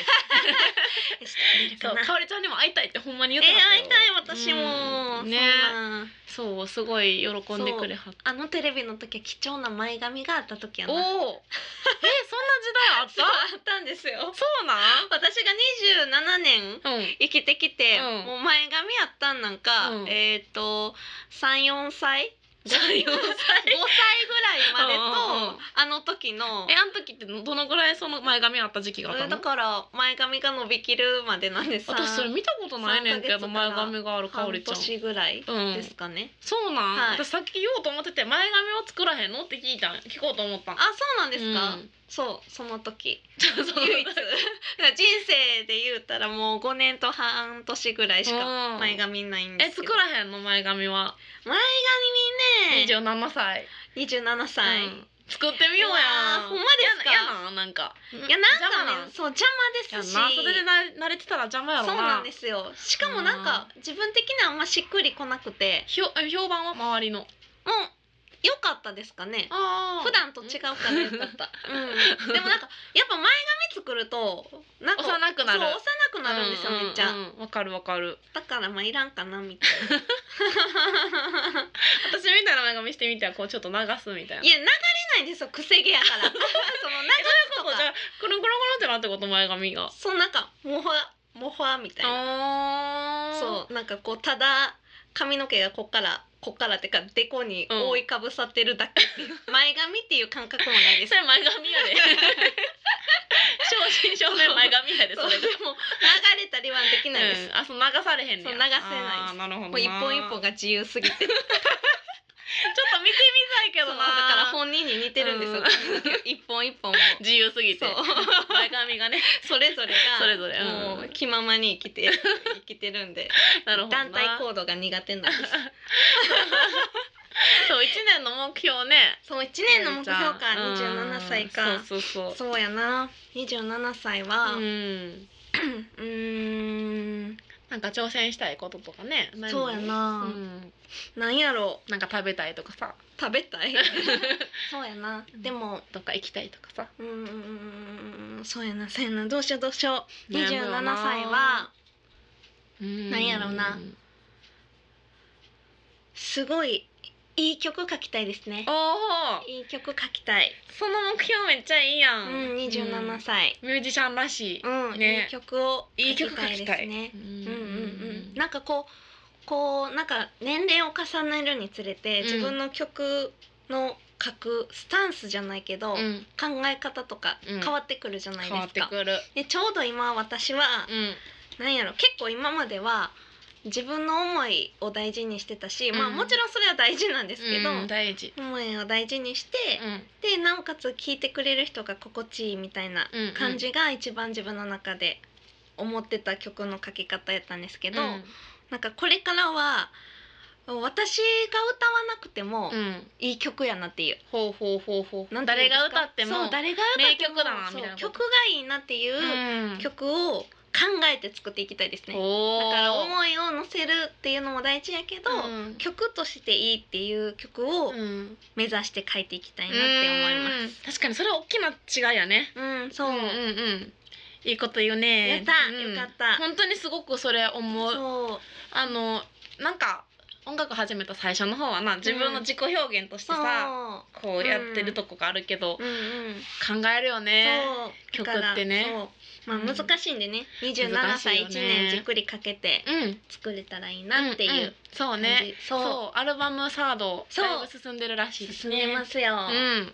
Speaker 1: してくれ
Speaker 2: そ
Speaker 1: るか
Speaker 2: う
Speaker 1: な
Speaker 2: かおりちゃんにも会いたいってほんまに
Speaker 1: え
Speaker 2: 言
Speaker 1: ー
Speaker 2: っては
Speaker 1: 会い
Speaker 2: ったた
Speaker 1: い
Speaker 2: よ、
Speaker 1: 私も、
Speaker 2: うんね
Speaker 1: そんな
Speaker 2: そうすごい喜んでくれはった
Speaker 1: あのテレビの時は貴重な前髪があった時や
Speaker 2: おお
Speaker 1: な
Speaker 2: ーえそんな時代あっ
Speaker 1: そう
Speaker 2: た
Speaker 1: あったんですよ
Speaker 2: そうな
Speaker 1: 私が27年
Speaker 2: んうん
Speaker 1: 生きてきて、
Speaker 2: うん
Speaker 1: もう前髪やったんなんか、
Speaker 2: うん
Speaker 1: えっ、と34歳
Speaker 2: じゃあ4歳
Speaker 1: 5歳ぐらいまでと
Speaker 2: うんうんうん
Speaker 1: あの時の
Speaker 2: えあの時ってどのぐらいその前髪あった時期があった
Speaker 1: うん
Speaker 2: の
Speaker 1: だから前髪が伸びきるまでなんです
Speaker 2: 私それ見たことないねんけ
Speaker 1: 三ヶ
Speaker 2: ど
Speaker 1: 月から
Speaker 2: 前髪があるかお
Speaker 1: 半
Speaker 2: りちゃん
Speaker 1: 年ぐらい
Speaker 2: うん
Speaker 1: ですかね、
Speaker 2: そうなん、
Speaker 1: はい
Speaker 2: 私さっき言おうと思ってて前髪を作らへんのって聞いたん聞こうと思ったん
Speaker 1: あそうなんですか、
Speaker 2: うん
Speaker 1: そうその時
Speaker 2: そう
Speaker 1: 唯一だから人生で言うたらもう5年と半年ぐらいしか前髪ないんで
Speaker 2: え
Speaker 1: すけ
Speaker 2: 作
Speaker 1: ど、
Speaker 2: らへんの前髪は
Speaker 1: 前髪ね
Speaker 2: 27歳、
Speaker 1: 27歳、
Speaker 2: うん作ってみよ
Speaker 1: う
Speaker 2: うや
Speaker 1: わーほんまですか
Speaker 2: やなやななんか
Speaker 1: いやなん
Speaker 2: 邪魔
Speaker 1: かねそう邪魔
Speaker 2: や
Speaker 1: で
Speaker 2: ん
Speaker 1: すし
Speaker 2: なそれでな慣れてたら邪魔やろ
Speaker 1: そうなんですすよしかもなんか自分的にはあんましっくりこなくて
Speaker 2: ひょ評判は周りの
Speaker 1: もう良かったですかね
Speaker 2: あ
Speaker 1: 普段と違うから良かった、うん、でもなんかやっぱ前髪作るとなんか
Speaker 2: 幼くなる
Speaker 1: そう幼くなるんですよ、めっちゃ
Speaker 2: わ、かるわかる
Speaker 1: だからまあいらんかなみたい
Speaker 2: 私みたいな前髪してみてはこうちょっと流すみたいな
Speaker 1: ないや流れないんですよ癖毛やからその流
Speaker 2: ってこと前髪が
Speaker 1: そうなんかモファモファみたいな
Speaker 2: あー
Speaker 1: そうなんかこうただ髪の毛がこっからこっからってかデコに覆いかぶさってるだけっていう、前髪っていう感覚もない です
Speaker 2: それ前髪やで 正真正銘前髪やで
Speaker 1: そ
Speaker 2: そう
Speaker 1: で
Speaker 2: れ
Speaker 1: も流れたりはできないです、
Speaker 2: うんあそう流されへんね
Speaker 1: そ
Speaker 2: や
Speaker 1: う流せないです
Speaker 2: あーなるほど
Speaker 1: もう一本一本
Speaker 2: がちょっ
Speaker 1: が自由すぎて
Speaker 2: と見てみたいけ
Speaker 1: そ
Speaker 2: ど
Speaker 1: う
Speaker 2: な
Speaker 1: だから本人に似てるんです
Speaker 2: う
Speaker 1: よ
Speaker 2: ん
Speaker 1: 髪の毛一本一本も
Speaker 2: 自由すぎ
Speaker 1: そ
Speaker 2: て
Speaker 1: う
Speaker 2: 前髪がね
Speaker 1: それぞれが
Speaker 2: それぞれうん
Speaker 1: もう気ままに生きて生きてるんで
Speaker 2: なるほどな
Speaker 1: 団体行動が苦手なんです
Speaker 2: そう一年の目標 ね
Speaker 1: そう1年の目標か
Speaker 2: うん
Speaker 1: 27歳か、
Speaker 2: そうそうそう
Speaker 1: そうやな27歳は
Speaker 2: う
Speaker 1: うん
Speaker 2: ん
Speaker 1: うーん
Speaker 2: なんか挑戦したいこととかねないの
Speaker 1: そうやな
Speaker 2: うん
Speaker 1: なんやろ
Speaker 2: なんか食べたいとかさ
Speaker 1: う食べた いそうやなでも
Speaker 2: どっか行きたいとかさ
Speaker 1: うーんそうやなそうやなどうしようどうしよう
Speaker 2: 悩む
Speaker 1: 27
Speaker 2: よな
Speaker 1: 歳は
Speaker 2: なん
Speaker 1: やろうなすごいいい曲書きたいですね
Speaker 2: おお
Speaker 1: いい曲書きたい
Speaker 2: その目標めっちゃいいや
Speaker 1: うん
Speaker 2: ん、
Speaker 1: 27歳
Speaker 2: うんミュージシャンらしい、
Speaker 1: うん、
Speaker 2: ね
Speaker 1: いい曲を
Speaker 2: いい曲
Speaker 1: 書き
Speaker 2: 書
Speaker 1: たいで
Speaker 2: きた
Speaker 1: す
Speaker 2: い
Speaker 1: ね
Speaker 2: うん
Speaker 1: うんうんうん、なんかこうこうなんか年齢を重ねるにつれて
Speaker 2: うん
Speaker 1: 自分の曲の書くスタンスじゃないけど、
Speaker 2: うん
Speaker 1: 考え方とか
Speaker 2: うん
Speaker 1: 変わってくるじゃない
Speaker 2: 変
Speaker 1: で
Speaker 2: わっ
Speaker 1: す
Speaker 2: て
Speaker 1: か。
Speaker 2: くる、
Speaker 1: でちょうど今私は
Speaker 2: うん、
Speaker 1: なんやろ結構今までは自分の思いを大事にしてたし、まあ
Speaker 2: うん
Speaker 1: もちろんそれは大事なんですけど、
Speaker 2: うん大事、
Speaker 1: 思いを大事にして、
Speaker 2: うん
Speaker 1: でなおかつ聞いてくれる人が心地いいみたいな
Speaker 2: うんうん
Speaker 1: 感じが一番自分の中で思ってた曲の書き方やったんですけど、
Speaker 2: うん
Speaker 1: なんかこれからは私が歌わなくても
Speaker 2: うん、
Speaker 1: いい曲やなっていう。
Speaker 2: ほうほうほうほう
Speaker 1: なんてい
Speaker 2: 誰
Speaker 1: うんです
Speaker 2: が
Speaker 1: か
Speaker 2: 歌っても
Speaker 1: そう誰が歌っても
Speaker 2: 名曲だな
Speaker 1: そう
Speaker 2: みたいなこと
Speaker 1: 曲がいいなっていう
Speaker 2: うん
Speaker 1: 曲を考えて作っていきたいですね。
Speaker 2: お
Speaker 1: だから
Speaker 2: い
Speaker 1: 思いを乗せるっていうのも大事やけど、
Speaker 2: うん
Speaker 1: 曲としていいっていう曲を
Speaker 2: うん、
Speaker 1: 目指して書いていきたいなって思います。
Speaker 2: す確かにそれは大きな違いやね
Speaker 1: うん、そう、
Speaker 2: うんうんうんいいこと言うね
Speaker 1: やった
Speaker 2: うん
Speaker 1: よかった
Speaker 2: 本当にすごくそれ思う
Speaker 1: そう
Speaker 2: あのなんか音楽始めた最初の方はな自分の自己表現として
Speaker 1: そう
Speaker 2: さ、こうやってるとこがあるけど、
Speaker 1: うんうん、
Speaker 2: 考えるよね
Speaker 1: そう
Speaker 2: 曲って
Speaker 1: だ
Speaker 2: ね
Speaker 1: からそうまあ難しいんでね、27
Speaker 2: 難しい
Speaker 1: 歳
Speaker 2: よね
Speaker 1: 1年じっくりかけて
Speaker 2: うん
Speaker 1: 作れたらいいなって
Speaker 2: ん
Speaker 1: い
Speaker 2: ん
Speaker 1: う
Speaker 2: そう
Speaker 1: 感じ、
Speaker 2: ねそう
Speaker 1: そ
Speaker 2: アルバムサード
Speaker 1: そう
Speaker 2: だいぶ進んでるらしいで
Speaker 1: う
Speaker 2: す
Speaker 1: 進
Speaker 2: ね
Speaker 1: めますよ、
Speaker 2: うん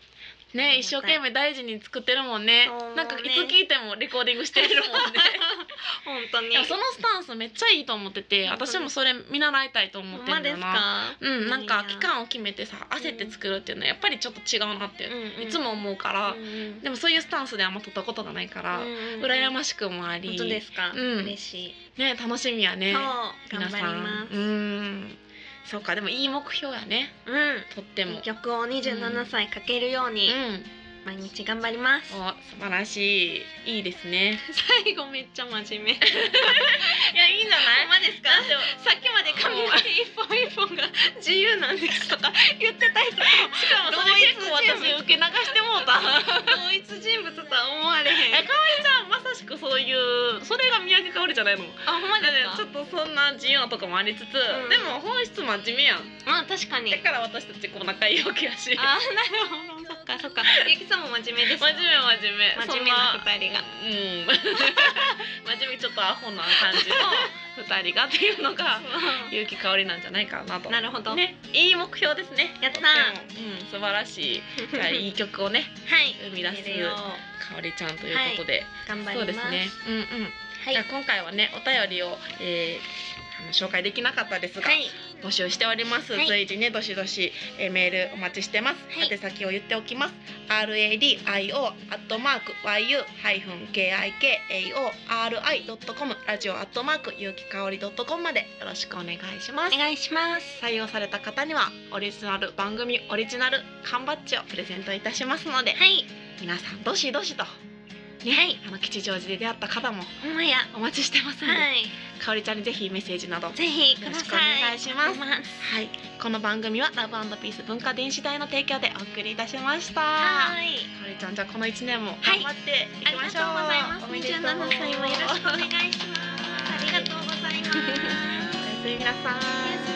Speaker 2: ね一生懸命大事に作ってるもんね
Speaker 1: そうね
Speaker 2: なんかいつ聴いてもレコーディングしてるもん ね
Speaker 1: 本当に
Speaker 2: いやそのスタンスめっちゃいいと思ってて
Speaker 1: 本当に
Speaker 2: 私もそれ見習いたいと思
Speaker 1: ほ
Speaker 2: っ
Speaker 1: ん
Speaker 2: てん
Speaker 1: ま
Speaker 2: だ
Speaker 1: で
Speaker 2: よ
Speaker 1: すか
Speaker 2: なうんなんか
Speaker 1: いい
Speaker 2: 期間を決めてさ焦って作るっていうのはやっぱりちょっと違うなって
Speaker 1: うんうん
Speaker 2: いつも思うから、
Speaker 1: うんうん
Speaker 2: でもそういうスタンスであんま取ったことがないから、
Speaker 1: うんうん
Speaker 2: 羨ましくもあり
Speaker 1: 本当ですか、
Speaker 2: うん
Speaker 1: 嬉しい、
Speaker 2: ね楽しみやね
Speaker 1: そう頑
Speaker 2: 皆
Speaker 1: 張
Speaker 2: さ
Speaker 1: り
Speaker 2: ん
Speaker 1: ます
Speaker 2: う、んそうかでもいい目標やね
Speaker 1: う
Speaker 2: とって
Speaker 1: ん、
Speaker 2: も
Speaker 1: いい曲を27歳かけるように
Speaker 2: うん
Speaker 1: 毎日頑張ります、
Speaker 2: お素晴らしいいいですね
Speaker 1: 最後めっちゃ真面 目
Speaker 2: いやいいんじゃない
Speaker 1: まですかさっきまで髪の毛一本一本が自由なんですとか言ってた人
Speaker 2: しかもそれ結構私 受け流してもうた
Speaker 1: 同一人物とは思われへ
Speaker 2: え
Speaker 1: ん
Speaker 2: かおりち ゃんまさしくそういうそれが三宅かおりじゃないの
Speaker 1: あほんま
Speaker 2: ちょっとそんな自由なとこもありつつ、
Speaker 1: ん
Speaker 2: でも本質真面目やん
Speaker 1: まあ確かに
Speaker 2: だから私たちこう仲いいわけやし真
Speaker 1: あなるほどそっかそっかゆきさんも 真面目ですよ
Speaker 2: 面目真面目
Speaker 1: 真面目な二人が
Speaker 2: うん真面目ちょっとアホな感じの 二人がっていうのが
Speaker 1: そう
Speaker 2: 結城香りなんじゃないかなと
Speaker 1: なるほど
Speaker 2: ねいい目標ですね
Speaker 1: やったー
Speaker 2: とってもうん素晴 らしいじゃあいい曲をね
Speaker 1: はい
Speaker 2: 生み出す
Speaker 1: 入れよう
Speaker 2: 香りちゃんということで、
Speaker 1: 頑張ります
Speaker 2: そうですねうんうん
Speaker 1: はい
Speaker 2: じゃあ今回はねお便りを、えーあの紹介できなかったですが、
Speaker 1: はい
Speaker 2: 募集しております、
Speaker 1: はい
Speaker 2: 随時ねどしどし、えーメールお待ちしてます、
Speaker 1: はい
Speaker 2: 宛先を言っておきます radio アットマーク yu ハイフン kikkao ri.com ラジオアットマーク有機香り .com までよろしくお願いしま
Speaker 1: お
Speaker 2: す
Speaker 1: 願いします
Speaker 2: 採用された方にはオリジナル番組オリジナル缶バッジをプレゼントいたしますので、
Speaker 1: はい
Speaker 2: 皆さんどしどしと
Speaker 1: はい
Speaker 2: あの吉祥寺で出会った方も
Speaker 1: ほんまや
Speaker 2: お待ちしてますので、
Speaker 1: はい
Speaker 2: かおりちゃんにぜひメッセージなど
Speaker 1: ぜひください
Speaker 2: よろしくお願いし
Speaker 1: ま
Speaker 2: はい、この番組はラブピース文化電子台の提供でお送りいたしました。
Speaker 1: は
Speaker 2: か
Speaker 1: い
Speaker 2: おりちゃん、じゃあこの一年も頑張ってい
Speaker 1: ありが
Speaker 2: きまし
Speaker 1: と
Speaker 2: ょう。
Speaker 1: うございます
Speaker 2: おめでとう
Speaker 1: 27歳もよろしくお願いしますありがとうございます
Speaker 2: おやすみなさい。
Speaker 1: おやすみ